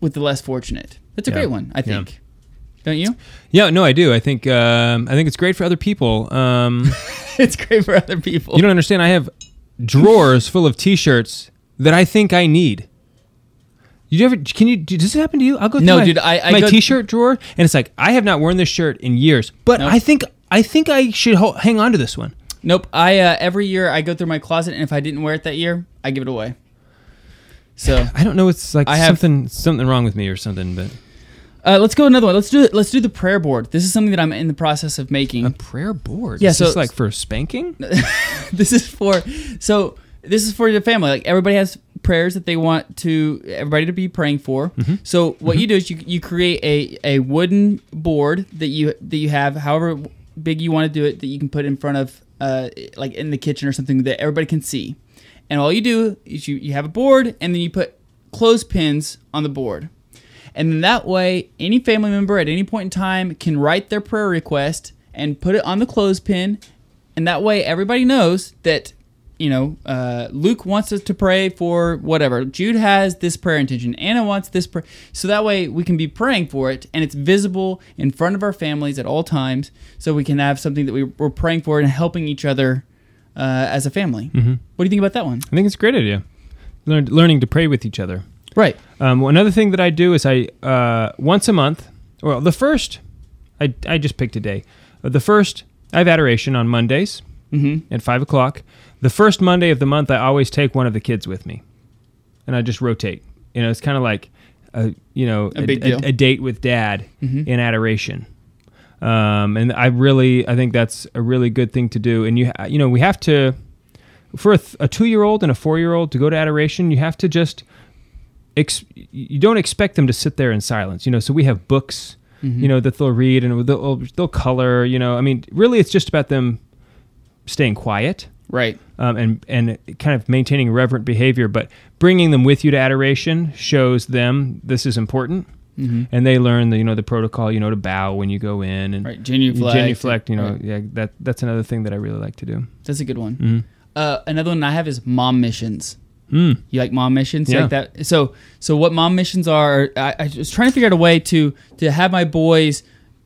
[SPEAKER 2] with the less fortunate. That's a
[SPEAKER 1] Yeah.
[SPEAKER 2] great one, I
[SPEAKER 1] Yeah.
[SPEAKER 2] think. Don't you?
[SPEAKER 1] Yeah, no, I do. I think um, I think it's great for other people. Um,
[SPEAKER 2] it's great for other people.
[SPEAKER 1] you don't understand. I have drawers full of T-shirts that I think I need. You ever? Can you? Does this happen to you? I'll go through
[SPEAKER 2] No,
[SPEAKER 1] my,
[SPEAKER 2] dude, I- I
[SPEAKER 1] my
[SPEAKER 2] go-
[SPEAKER 1] T-shirt drawer, and it's like I have not worn this shirt in years, but I think I think I should ho- hang on to this one.
[SPEAKER 2] Nope. I uh, every year I go through my closet, and if I didn't wear it that year, I give it away. So
[SPEAKER 1] I don't know. It's like
[SPEAKER 2] I have-
[SPEAKER 1] something something wrong with me or something. But
[SPEAKER 2] uh, let's go another one. Let's do let's do the prayer board. This is something that I'm in the process of making.
[SPEAKER 1] a prayer board.
[SPEAKER 2] Yeah,
[SPEAKER 1] Is this
[SPEAKER 2] so-
[SPEAKER 1] like for spanking.
[SPEAKER 2] this is for so this is for your family. Like everybody has prayers that they want to everybody to be praying for. So what you do is you you create a a wooden board that you that you have, however big you want to do it, that you can put in front of uh like in the kitchen or something that everybody can see. And all you do is you you have a board and then you put clothespins on the board. And then that way, any family member at any point in time can write their prayer request and put it on the clothespin. And that way, everybody knows that, you know, uh, Luke wants us to pray for whatever. Jude has this prayer intention. Anna wants this prayer. So that way, we can be praying for it and it's visible in front of our families at all times. So we can have something that we, we're praying for and helping each other uh, as a family. What do you think about that one?
[SPEAKER 1] I think it's a great idea. Learn, learning to pray with each other.
[SPEAKER 2] Right.
[SPEAKER 1] Um, well, another thing that I do is I uh, once a month. Well, the first, I, I just picked a day. Uh, The first, I have adoration on Mondays
[SPEAKER 2] Mm-hmm.
[SPEAKER 1] at five o'clock. The first Monday of the month, I always take one of the kids with me, and I just rotate. You know, it's kind of like a you know
[SPEAKER 2] A big deal. Mm-hmm.
[SPEAKER 1] a, date with dad in adoration. Um, and I really, I think that's a really good thing to do. And you, you know, we have to, for a, th- a two-year-old and a four-year-old to go to adoration, you have to just ex- you don't expect them to sit there in silence, you know. So we have books,
[SPEAKER 2] Mm-hmm.
[SPEAKER 1] you know, that they'll read and they'll they'll color, you know. I mean, really, it's just about them staying quiet
[SPEAKER 2] Right.
[SPEAKER 1] um, and and kind of maintaining reverent behavior, but bringing them with you to adoration shows them this is important,
[SPEAKER 2] Mm-hmm.
[SPEAKER 1] and they learn the you know the protocol, you know, to bow when you go in and
[SPEAKER 2] Right.
[SPEAKER 1] you
[SPEAKER 2] Genuflect.
[SPEAKER 1] genuflect, you know,
[SPEAKER 2] Right.
[SPEAKER 1] yeah, that that's another thing that I really like to do.
[SPEAKER 2] That's a good one.
[SPEAKER 1] Mm-hmm.
[SPEAKER 2] Uh, another one I have is mom missions.
[SPEAKER 1] Mm.
[SPEAKER 2] You like mom missions? You
[SPEAKER 1] Yeah.
[SPEAKER 2] Like that. So so what mom missions are? I, I was trying to figure out a way to to have my boys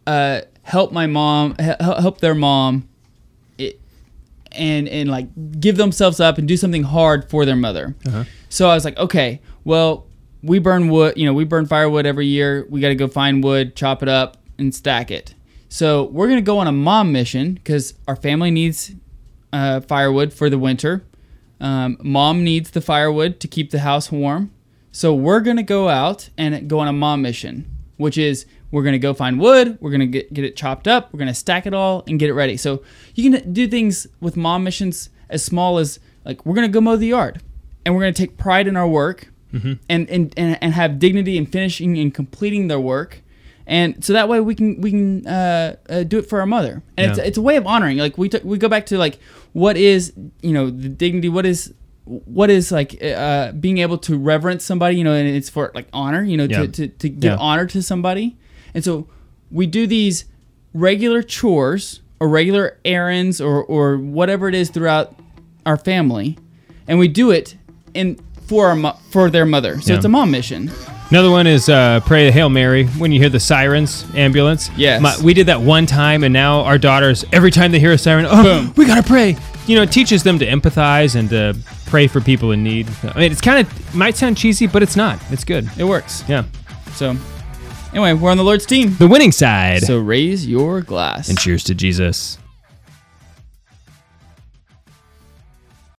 [SPEAKER 2] uh, help my mom he- help their mom, it, and and like give themselves up and do something hard for their mother. So I was like, okay, well we burn wood. You know we burn firewood every year. We got to go find wood, chop it up, and stack it. So we're gonna go on a mom mission because our family needs uh, firewood for the winter. Um, mom needs the firewood to keep the house warm. So we're going to go out and go on a mom mission, which is we're going to go find wood, we're going to get, get it chopped up, we're going to stack it all and get it ready. So you can do things with mom missions as small as like we're going to go mow the yard and we're going to take pride in our work and, and, and, and have dignity in finishing and completing their work. And so that way we can we can uh, uh, do it for our mother, and it's,
[SPEAKER 1] Yeah.
[SPEAKER 2] it's a way of honoring. Like we took we go back to like what is you know the dignity, what is what is like uh, being able to reverence somebody, you know, and it's for like honor, you know,
[SPEAKER 1] Yeah.
[SPEAKER 2] to, to, to give
[SPEAKER 1] Yeah.
[SPEAKER 2] honor to somebody, and so we do these regular chores or regular errands or or whatever it is throughout our family, and we do it in for our mo- for their mother. So
[SPEAKER 1] Yeah.
[SPEAKER 2] it's a mom mission.
[SPEAKER 1] Another one is uh, pray the Hail Mary when you hear the sirens, ambulance.
[SPEAKER 2] Yes.
[SPEAKER 1] we did that one time, and now our daughters, every time they hear a siren, oh,
[SPEAKER 2] Boom.
[SPEAKER 1] we gotta pray. You know, it teaches them to empathize and to pray for people in need. I mean, it's kind of might sound cheesy, but it's not. It's good.
[SPEAKER 2] It works.
[SPEAKER 1] Yeah,
[SPEAKER 2] So anyway, we're on the Lord's team.
[SPEAKER 1] the winning side.
[SPEAKER 2] So raise your glass.
[SPEAKER 1] and cheers to Jesus.